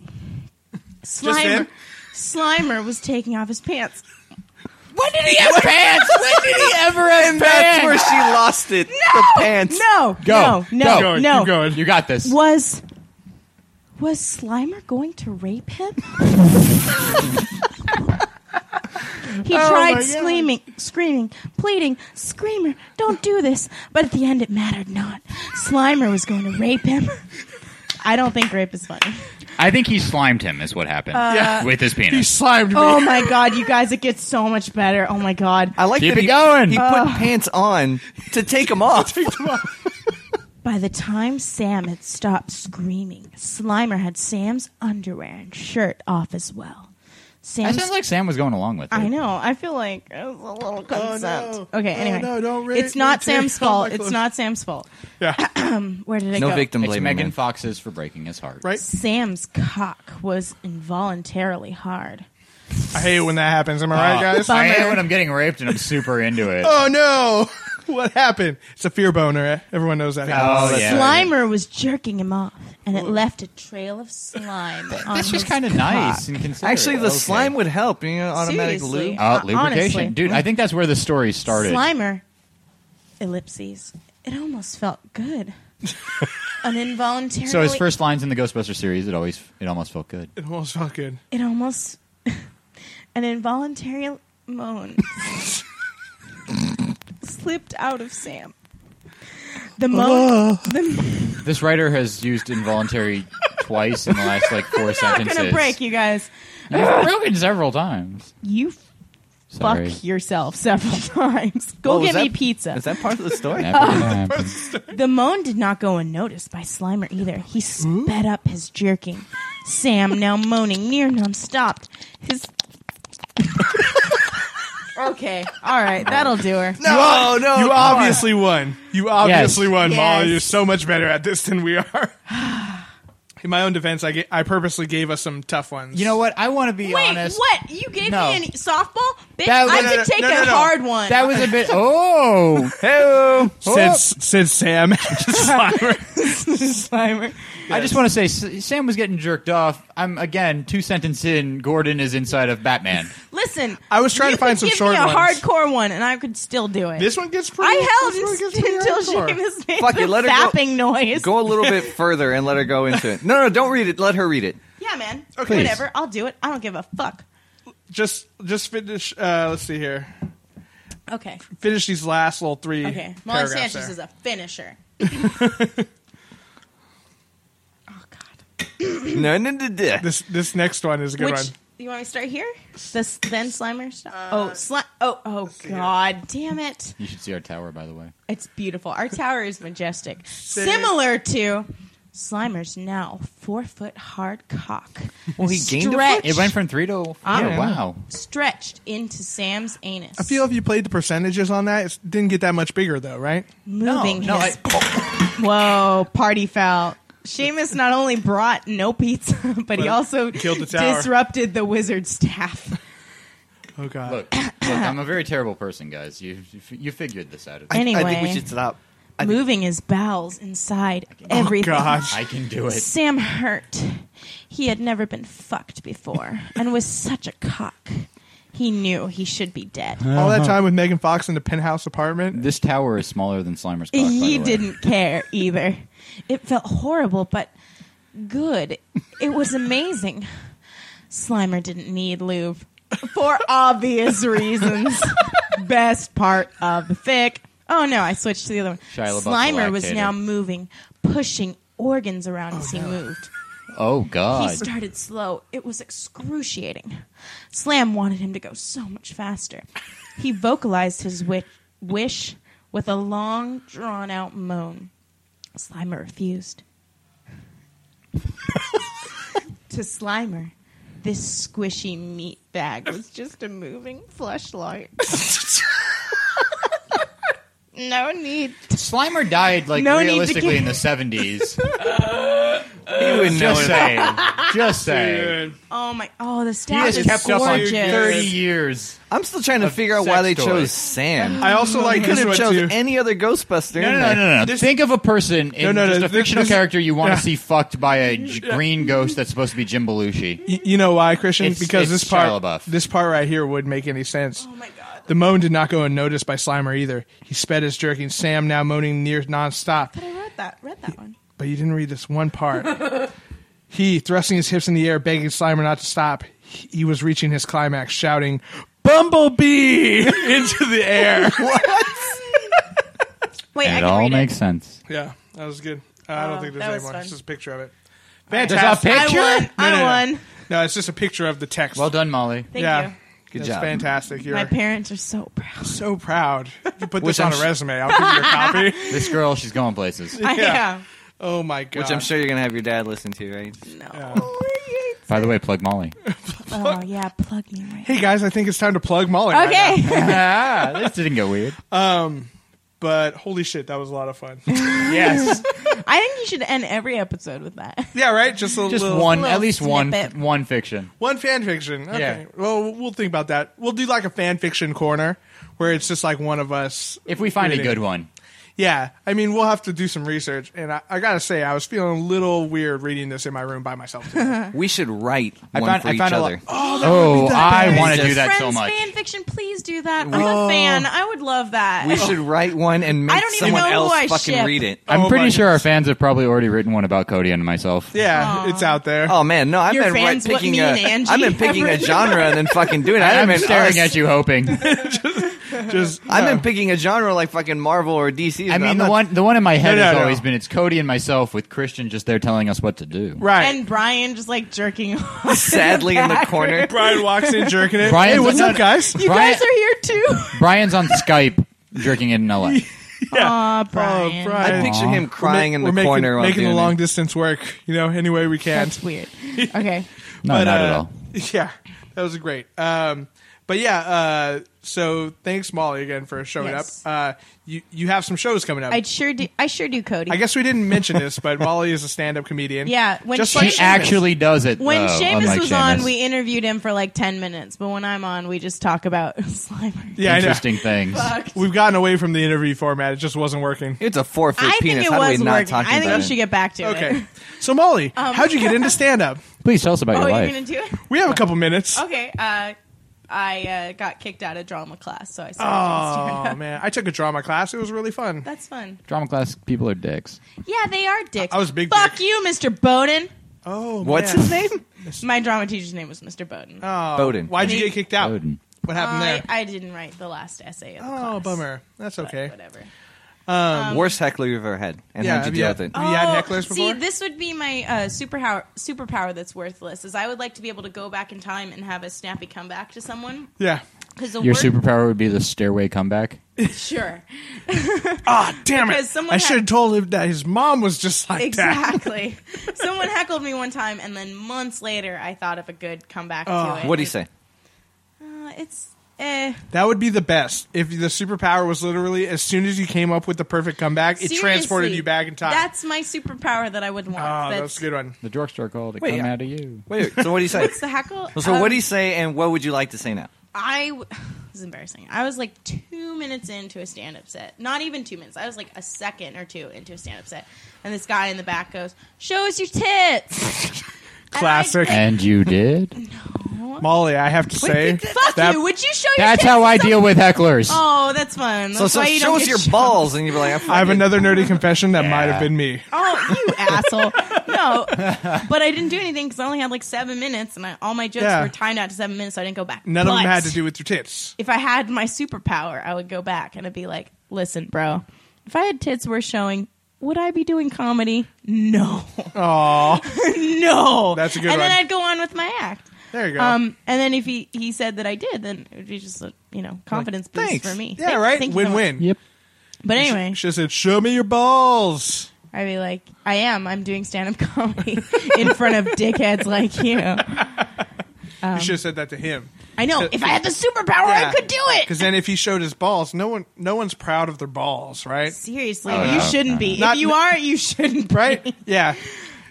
Slimer then? Slimer was taking off his pants. When did he have pants? When did he ever have That's where she lost it. the pants. No, Go. no, no, Go. Keep no. You got this. Was was Slimer going to rape him? he tried screaming, screaming, pleading, screamer, don't do this. But at the end, it mattered not. Slimer was going to rape him. I don't think rape is funny. I think he slimed him, is what happened. Uh, With his He penis. slimed me. Oh [laughs] my god, you guys, it gets so much better. Oh my god. I like Keep that it he, going. He put pants on to take them off. By the time Sam had stopped screaming, Slimer had Sam's underwear and shirt off as well. That Sam's sounds like Sam was going along with it. I know. I feel like it was a little consent. Okay. Anyway, Oh, no, don't rip it's not me, Sam's take [laughs] off my fault. It's clothes. not Sam's fault. Yeah. [clears throat] Where did it No go? victim It's blaming. Megan man. Fox's for breaking his heart. Right. Sam's cock was involuntarily hard. I hate it when that happens. Am I right, guys? Oh, I hate Bummer. when I'm getting raped and I'm super into it. Oh no! [laughs] What happened? It's a fear boner. Everyone knows that happens. Oh, yeah. Slimer was jerking him off, and it left a trail of slime. on That's just his kind of cock. nice and considerate. Actually, the Okay. slime would help. You know, automatic Seriously. lube. Uh, Hon- lubrication, honestly. dude. I think that's where the story started. Slimer, ellipses. It almost felt [laughs] good. An involuntary. So his first lines in the Ghostbuster series, it always, it almost felt good. It almost felt good. It almost. [laughs] an involuntary [laughs] moan slipped out of Sam. The moan. the, This writer has [laughs] used involuntary twice in the last like 4 not sentences. gonna break, you guys. You've broken several times. You Sorry. fuck yourself several [laughs] times. Go Oh, is get me that- pizza. Is that part of the story? [laughs] Never happened. The moan did not go unnoticed by Slimer either. He sped up his jerking. Sam, now moaning near non-stop, [laughs] his. [laughs] okay, all right, that'll do her. No, no, You come obviously won. You obviously won, Molly. Yes. You're so much better at this than we are. [sighs] In my own defense, I, ga- I purposely gave us some tough ones. You know what? I want to be Wait, honest. what? You gave No. me any softball? Bitch, That was- I No, could no, take no, no, a no. hard one. That was a [laughs] bit. Oh, Hey-o. Since since Sam [laughs] Slimer. Slimer. I just want to say, S- Sam was getting jerked off. I'm again two sentences in. Gordon is inside of Batman. Listen, I was trying you to find could some give short me a ones. hardcore one, and I could still do it. This one gets pretty. I this one held gets [laughs] it pretty until hardcore. Seamus made Fuck the it, let her go. zapping noise. Go a little bit further and let her go into it. No, no, don't read it. Let her read it. Yeah, man. Okay. Whatever. I'll do it. I don't give a fuck. just just finish. Uh, let's see here. Okay. Finish these last little three. Okay. Molly paragraphs Sanchez there. is a [laughs] finisher. oh God. No, no, no, no. This this next one is a good Which one. Uh, you want me to start here? This then Slimer stuff. oh, sli- oh, oh, God, damn it! [laughs] You should see our tower, by the way. It's beautiful. Our tower is majestic, similar to Slimer's now four foot hard cock. Well, he gained a Stretch. foot. It went from three to Ah. yeah, wow. stretched into Sam's anus. I feel if you played the percentages on that, it didn't get that much bigger though, right? moving his. [laughs] Whoa, party foul. Seamus not only brought no pizza, [laughs] but, he But also killed the tower. disrupted the wizard's staff. Oh god. look, look, I'm a very terrible person, guys. You you, f- you figured this out. I, Anyway, I think we should stop. I think- moving his bowels inside Oh, everything. God. can do it. Sam hurt. He had never been fucked before and was such a cock. He knew he should be dead. All that time with Megan Fox in the penthouse apartment. This tower is smaller than Slimer's cock. by the he way. didn't care either. It felt horrible, but good. It was amazing. Slimer didn't need lube for obvious [laughs] reasons. Best part of the fic. Oh no, I switched to the other one. Shia LaBeouf's Slimer was lactating. now moving, pushing organs around as he moved. Oh He God. started slow. It was excruciating. Slam wanted him to go so much faster. He vocalized his wi- wish with a long, drawn out moan. Slimer refused. [laughs] to Slimer, this squishy meat bag was just a moving [laughs] fleshlight. no need Slimer died like No need to realistically get- in [laughs] the 70s. He wouldn't know Just that. saying. [laughs] Just saying. Oh my! Oh, the He staff has is kept up on gorgeous. 30 years. I'm still trying to Of figure out sex why they toys. chose Sam. I also like could this have one chose too. any other Ghostbuster. No, no, no, no, no. Think of a person in No, no, no, just a this- fictional this- character you want yeah. to see fucked by a j- green ghost that's supposed to be Jim Belushi. Y- you know why, Christian? It's- because it's this part, Shia LaBeouf. this part right here, would make any sense. Oh my god! The moan did not go unnoticed by Slimer either. He sped his jerking, Sam now moaning near nonstop. But I read that. Read that one. But you didn't read this one part. he, thrusting his hips in the air, begging Slimer not to stop. He was reaching his climax, shouting, Bumblebee! into the air. Wait, I can read it. sense. yeah, that was good. Uh, I don't Oh, think that there's any was more. fun. It's just a picture of it. There's a Fantastic. picture. I won. No, I no, no. won. No, it's just a picture of the text. Well done, Molly. Thank Yeah. you. Good That's job. fantastic. You're My parents are so proud. so proud. You put Which this on I'm a sh- resume. I'll give you a copy. [laughs] This girl, she's going places. [laughs] I Yeah. am. Oh my god. Which I'm sure you're gonna have your dad listen to, right? No. [laughs] By the way, plug Molly. Oh yeah, plug me [laughs] right. Hey guys, I think it's time to plug Molly. right now. Okay. ah, [laughs] this didn't go weird. but holy shit, that was a lot of [laughs] fun. Yes, [laughs] I think you should end every episode with that. [laughs] yeah, right. Just a just little, one, little at least one, snippet. one fiction. one fan fiction. Okay. Yeah. Well, we'll think about that. We'll do like a fan fiction corner where it's just like one of us. If we find a reading. good one, Yeah. I mean, we'll have to do some research. And I, I gotta say, I was feeling a little weird reading this in my room by myself. today. We should write [laughs] I one found, for I each found a other. lot. Oh, I best. want to Just do that so Friends much. fan fiction, please do that. I'm a Oh. fan. I would love that. We should write one and make I don't even someone know who else I fucking ship. read it. I'm Oh my pretty sure our goodness. fans have probably already written one about Cody and myself. yeah, it's out there. Oh man, no, I've Your been right- fans want picking me a, and Angie I've been picking a every- genre and then fucking doing it. I I'm haven't been staring us. at [laughs] you, hoping. Just I've been picking a genre like fucking Marvel or DC. I I'm mean, the not- one, the one in my head no, has no. always been it's Cody and myself with Christian just there telling us what to do. right. and Brian just like jerking off. sadly [laughs] in the corner. Brian walks in jerking it. Brian's hey, what's on- up, [laughs] guys? You Brian- guys are here [laughs] too. Brian's on Skype jerking it in LA. Aw, Oh, Brian. I Brian. picture him crying in the We're making, corner while making the doing long it. distance work. You know, any way we [laughs] can. That's weird. Okay. No, But, not at uh, all. [laughs] Yeah, that was great. Um, but yeah, uh, so thanks Molly again for showing Yes. up. Uh, you you have some shows coming up. I I, sure do. I sure do, Cody. guess we didn't mention this, but Molly is a stand-up comedian. Yeah, when just she- like He Seamus. actually does it. when Oh, though, Seamus unlike was Seamus. on, we interviewed him for like ten minutes. But when I'm on, we just talk about [laughs] Slimer. yeah, I know. interesting things. We've gotten away from the interview format; it just wasn't [laughs] working. It's a four foot I penis. think it How do was we not working. talk I think about we it? should get back to it. [laughs] Okay, so Molly, Um, how'd you get into stand-up? Please tell us about Oh, your you're life. gonna do it? We have a couple minutes. [laughs] Okay. Uh, I uh, got kicked out of drama class, so I started. doing Oh man, I took a drama class; it was really fun. That's fun. Drama class people are dicks. Yeah, they are dicks. I was a big Fuck dick. you, Mr. Bowden. Oh, What's man. his name? My drama teacher's name was Mr. Bowden. Oh, Bowden. Why'd you get kicked out? Bowden. What happened I, there? I didn't write the last essay of the class. oh, bummer. That's but okay. Whatever. Worst heckler you've ever had, and Yeah, how'd you have deal you- with it? Have you had Oh, hecklers See, before? this would be my uh, superpower. Superpower that's worthless is I would like to be able to go back in time and have a snappy comeback to someone. Yeah. Because the Your worst- superpower would be the stairway comeback. [laughs] [laughs] sure, Ah, damn Because it! someone I had- should have told him that his mom was just like that. exactly. someone heckled me one time, and then months later, I thought of a good comeback Oh. to it. What do you say? Uh, it's eh. That would be the best if the superpower was literally as soon as you came up with the perfect comeback, it transported Seriously, you back in time. That's my superpower that I would want. oh, that's, that's [laughs] a good one. The drugstore called it Wait, come I- out of you. Wait, so what do you say? What's the heckle? [laughs] so what Um, do you say, and what would you like to say now? I w- [sighs] this is embarrassing. I was like two minutes into a stand up set. Not even two minutes. I was like a second or two into a stand up set. And this guy in the back goes, Show us your tits. Classic. And [laughs] you did? Molly, I have to say, Fuck that- you. Would you show your That's tits how to I some- deal with hecklers. Oh, that's fun. So, That's so why you show don't us get your shown- balls, and you're [laughs] like, I'm I have another nerdy confession that might have been me. Oh, you asshole. No. But I didn't do anything because I only had like seven minutes and I, all my jokes Yeah. were timed out to seven minutes, so I didn't go back. None of them But- had to do with your tits. if I had my superpower, I would go back and I'd be like, listen, bro, if I had tits worth showing, would I be doing comedy? No. Oh, [laughs] no. That's a good And then one. I'd go on with my act. there you go. Um, and then if he, he said that I did, then it would be just a you know confidence boost Thanks. for me. Yeah, Thank- right. thank you so win win. much. But anyway, She said, "Show me your balls." I'd be like, I am. I'm doing stand up [laughs] comedy in front of dickheads like you. Um, you should have said that to him. I know. If I had the superpower, Yeah. I could do Because it. then, if he showed his balls, no one, no one's proud of their balls, right? Seriously, Oh, you no, shouldn't no. be. Not- if you are, you shouldn't. Right? [laughs] Yeah.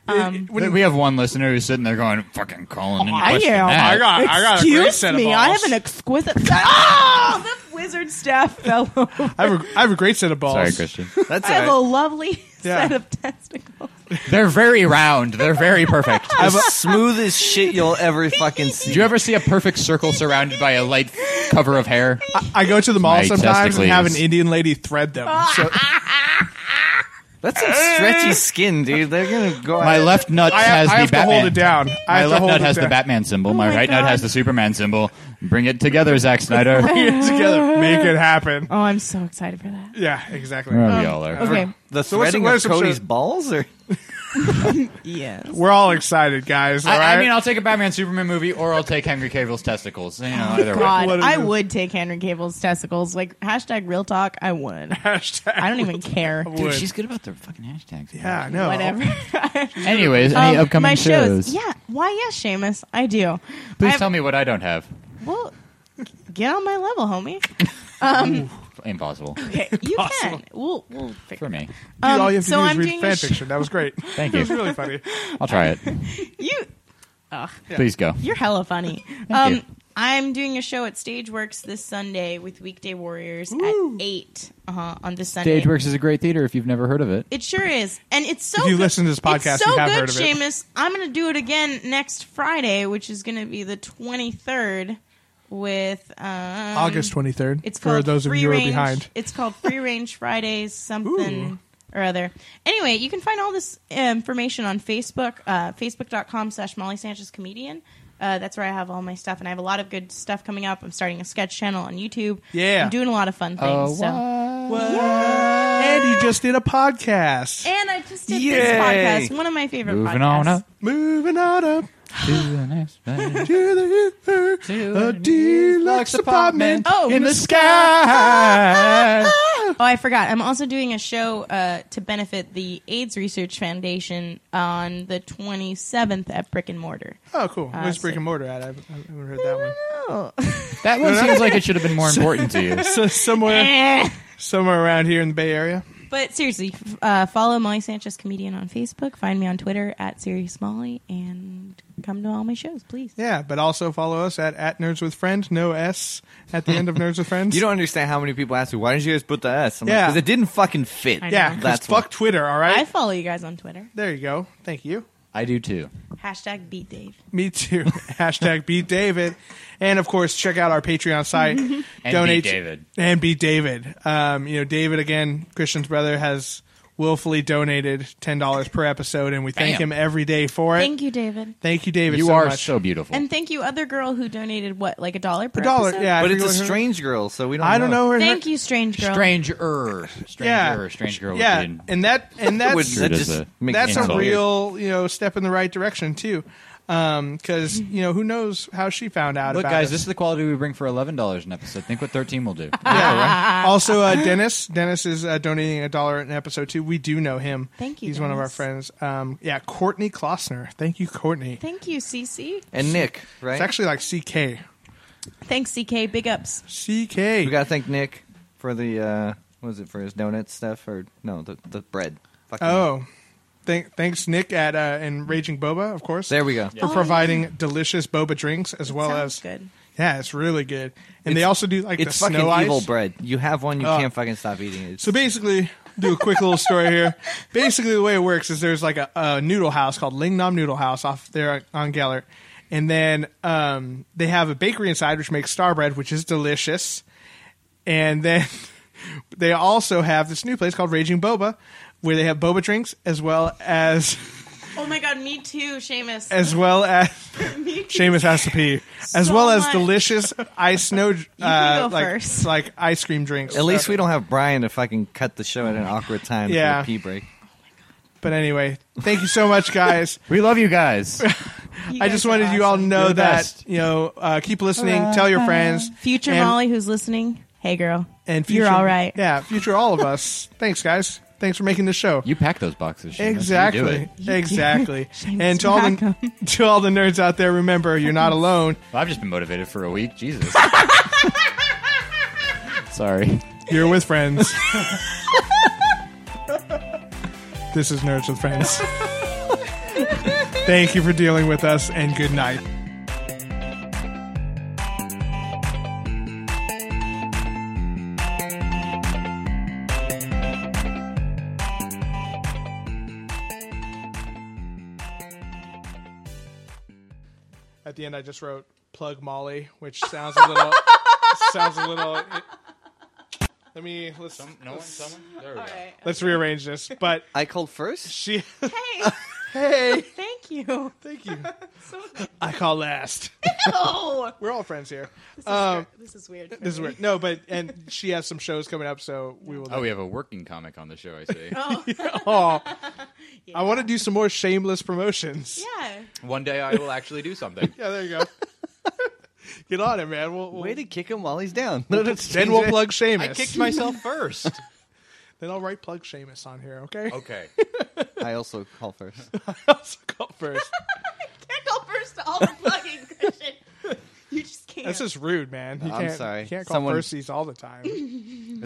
Um, But we have one listener who's sitting there going, fucking Colin. I I am. I got, I got a Excuse great set of me, balls. Ah! I have [laughs] an exquisite set. Oh, the wizard staff [laughs] fell over. I have, a, I have a great set of balls. Sorry, Christian. that's I have a all lovely Yeah. set of testicles. They're very round. They're [laughs] very perfect. right. the smoothest shit you'll ever fucking Do see. you ever see a perfect circle surrounded by a light cover of hair? I go to the mall My sometimes and have an testicles. Indian lady thread them. So That's some stretchy skin, dude. They're gonna go. My out- left nut I have, has I have the to Batman. hold it down. I My have to left hold nut it has down. Oh the Batman symbol. my, my right God. nut has the Superman symbol. Bring it [laughs] together, Zack [laughs] Snyder. Get it together. Make it happen. Oh, I'm so excited for that. Yeah, exactly. Well, we all are. Okay. The So what's the- threading what of is the show- Cody's balls, or [laughs] Yes. We're all excited, guys. All I, right. I mean, I'll take a Batman Superman movie, or I'll take Henry Cavill's testicles. You know, either way. God, What is I this? would take Henry Cable's testicles. Like hashtag real talk, I [laughs] would. Hashtag I don't [laughs] even care. Dude, would. she's good about the fucking hashtags. yeah, I know. Whatever. Anyways, any Um, upcoming my shows. shows? Yeah. Why? Yes, Seamus, I do. Please I've- tell me what I don't have. Well, get on my level, homie. [laughs] Impossible Okay, you can. We'll we'll figure. for me. Dude, Um, all you have to so do is I'm read doing fan a sh- fiction. That was great. It [laughs] Thank was you. really funny. I'll try it. You Please go. You're hella [laughs] funny. Um, Thank you. I'm doing a show at Stageworks this Sunday with Weekday Warriors at eight uh, on this Sunday. Stageworks is a great theater if you've never heard of it. It sure is, and it's so. If you good- listen to this podcast, it's so you have good, heard of it. Seamus. I'm going to do it again next Friday, which is going to be the 23rd. With um, August 23rd. It's for called those of free you who are range, behind. It's called Free Range [laughs] Fridays something Ooh. or other. Anyway, you can find all this uh, information on Facebook, uh, facebook.com slash Molly Sanchez Comedian. Uh, that's where I have all my stuff, and I have a lot of good stuff coming up. I'm starting a sketch channel on YouTube. Yeah. I'm doing a lot of fun Uh, things. so. And you just did a podcast. And I just did Yay. this podcast, one of my favorite Moving podcasts. on up Moving on up to the next page. to the upper, To a deluxe apartment. Oh, in the Mr. sky. [laughs] Oh, I forgot. I'm also doing a show uh, to benefit the AIDS Research Foundation on the 27th at Brick and Mortar. Oh, cool. Ah, Uh, Where's so- Brick and Mortar at? I haven't, I haven't heard that one. [laughs] Oh. That one seems like it should have been [laughs] more important to you. So somewhere, Eh. somewhere around here in the Bay Area. But seriously, f- uh, follow Molly Sanchez Comedian on Facebook. Find me on Twitter at Serious Molly, and come to all my shows, please. Yeah, but also follow us at, at Nerds with Friends. No S at the end of Nerds [laughs] with Friends. you don't understand how many people ask me why didn't you guys put the S? I'm Yeah. because it didn't fucking fit. I know. Yeah, 'cause that's fuck Twitter. All right. I follow you guys on Twitter. there you go. Thank you. I do too. Hashtag beat Dave. Me too. [laughs] Hashtag beat David. And of course, check out our Patreon site. [laughs] and beat David. And beat David. Um, you know, David, again, Christian's brother, has willfully donated $10 per episode, and we thank Bam. him every day for it. Thank, Thank you, David. you, David, You so are much. so beautiful. And thank you, other girl who donated what, like a dollar per A dollar, episode? yeah. I But it's a forget what her- strange girl, so we don't. I don't know her. Thank you, strange girl. stranger, stranger, Yeah. strange girl. Yeah, would be in- and that [laughs] and That that's Sure that does just that. makes that's me a feel weird. real you know step in the right direction too, because you know who knows how she found out Mm-hmm. Look, about guys, us. this is the quality we bring for eleven dollars an episode. Think what thirteen will do. [laughs] also uh, Dennis. Dennis is uh, donating a dollar in episode two. We do know him. Thank you, He's one of our Dennis. friends. Um, yeah, Courtney Klossner. Thank you, Courtney. Thank you, CC. And Nick, right? It's actually like CK. Thanks, CK. Big ups. CK. we gotta thank Nick for the uh, what was it for his donut stuff or no the the bread. Fucking- oh, thank, thanks Nick at uh, and Raging Boba, of course. there we go. for Oh, providing delicious boba drinks as well as Sounds good. yeah, it's really good. And they also do like It's the fucking snow ice. evil bread. You have one, you Oh. can't fucking stop eating it. So basically, do a quick little story [laughs] here. Basically, the way it works is there's like a, a noodle house called Ling Nam Noodle House off there on Gellert, and then um, they have a bakery inside which makes star bread, which is delicious, and then [laughs] they also have this new place called Raging Boba, where they have boba drinks as well as Oh my god, me too, Seamus. as well [laughs] as Me too. Seamus has to pee, as So well as much. delicious ice [laughs] snow can uh, go like first. like ice cream drinks. at least So- we don't have Brian to fucking cut the show at an awkward time Yeah. for a pee break. But anyway, thank you so much, guys. We love you guys. You I guys just are wanted you all to awesome. know You're the that best. you know. Uh, keep listening. Tell your friends Future and- Molly, who's listening. Hey, girl. and future, You're all right. Yeah, future all of us. Thanks, guys. Thanks for making this show. You pack those boxes. Seamus. You do exactly, it. You do. exactly. Shame and it's to all back the [laughs] to all the nerds out there, remember you're not alone. Well, I've just been motivated for a week. Jesus. Sorry. You're with friends. this is nerds with friends. Thank you for dealing with us, and good night. At the end, I just wrote "plug Molly," which sounds a little sounds a little. let me let's No one. Someone. There we go. let's rearrange this. But I called first. she, [laughs] Hey, hey, [laughs] [laughs] thank you. thank you. I call last. [laughs] Oh, We're all friends here. this is weird. Um, This is weird. No, but and she has some shows coming up, so we will. Oh, we have a working comic on the show. I see. Oh, I want to do some more shameless promotions. Yeah. [laughs] One day I will actually do something. Yeah, there you go. [laughs] Get on it, man. We'll, we'll, Way to kick him while he's down. [laughs] then we'll plug Seamus. [laughs] I kicked myself first. Then I'll write plug Seamus on here. Okay. Okay. I also call first. [laughs] I'll also call first. Can't go first to all the plugging, Christian. You just can't. That's just rude, man. You I'm can't- sorry. You can't call Someone- Percy's all the time.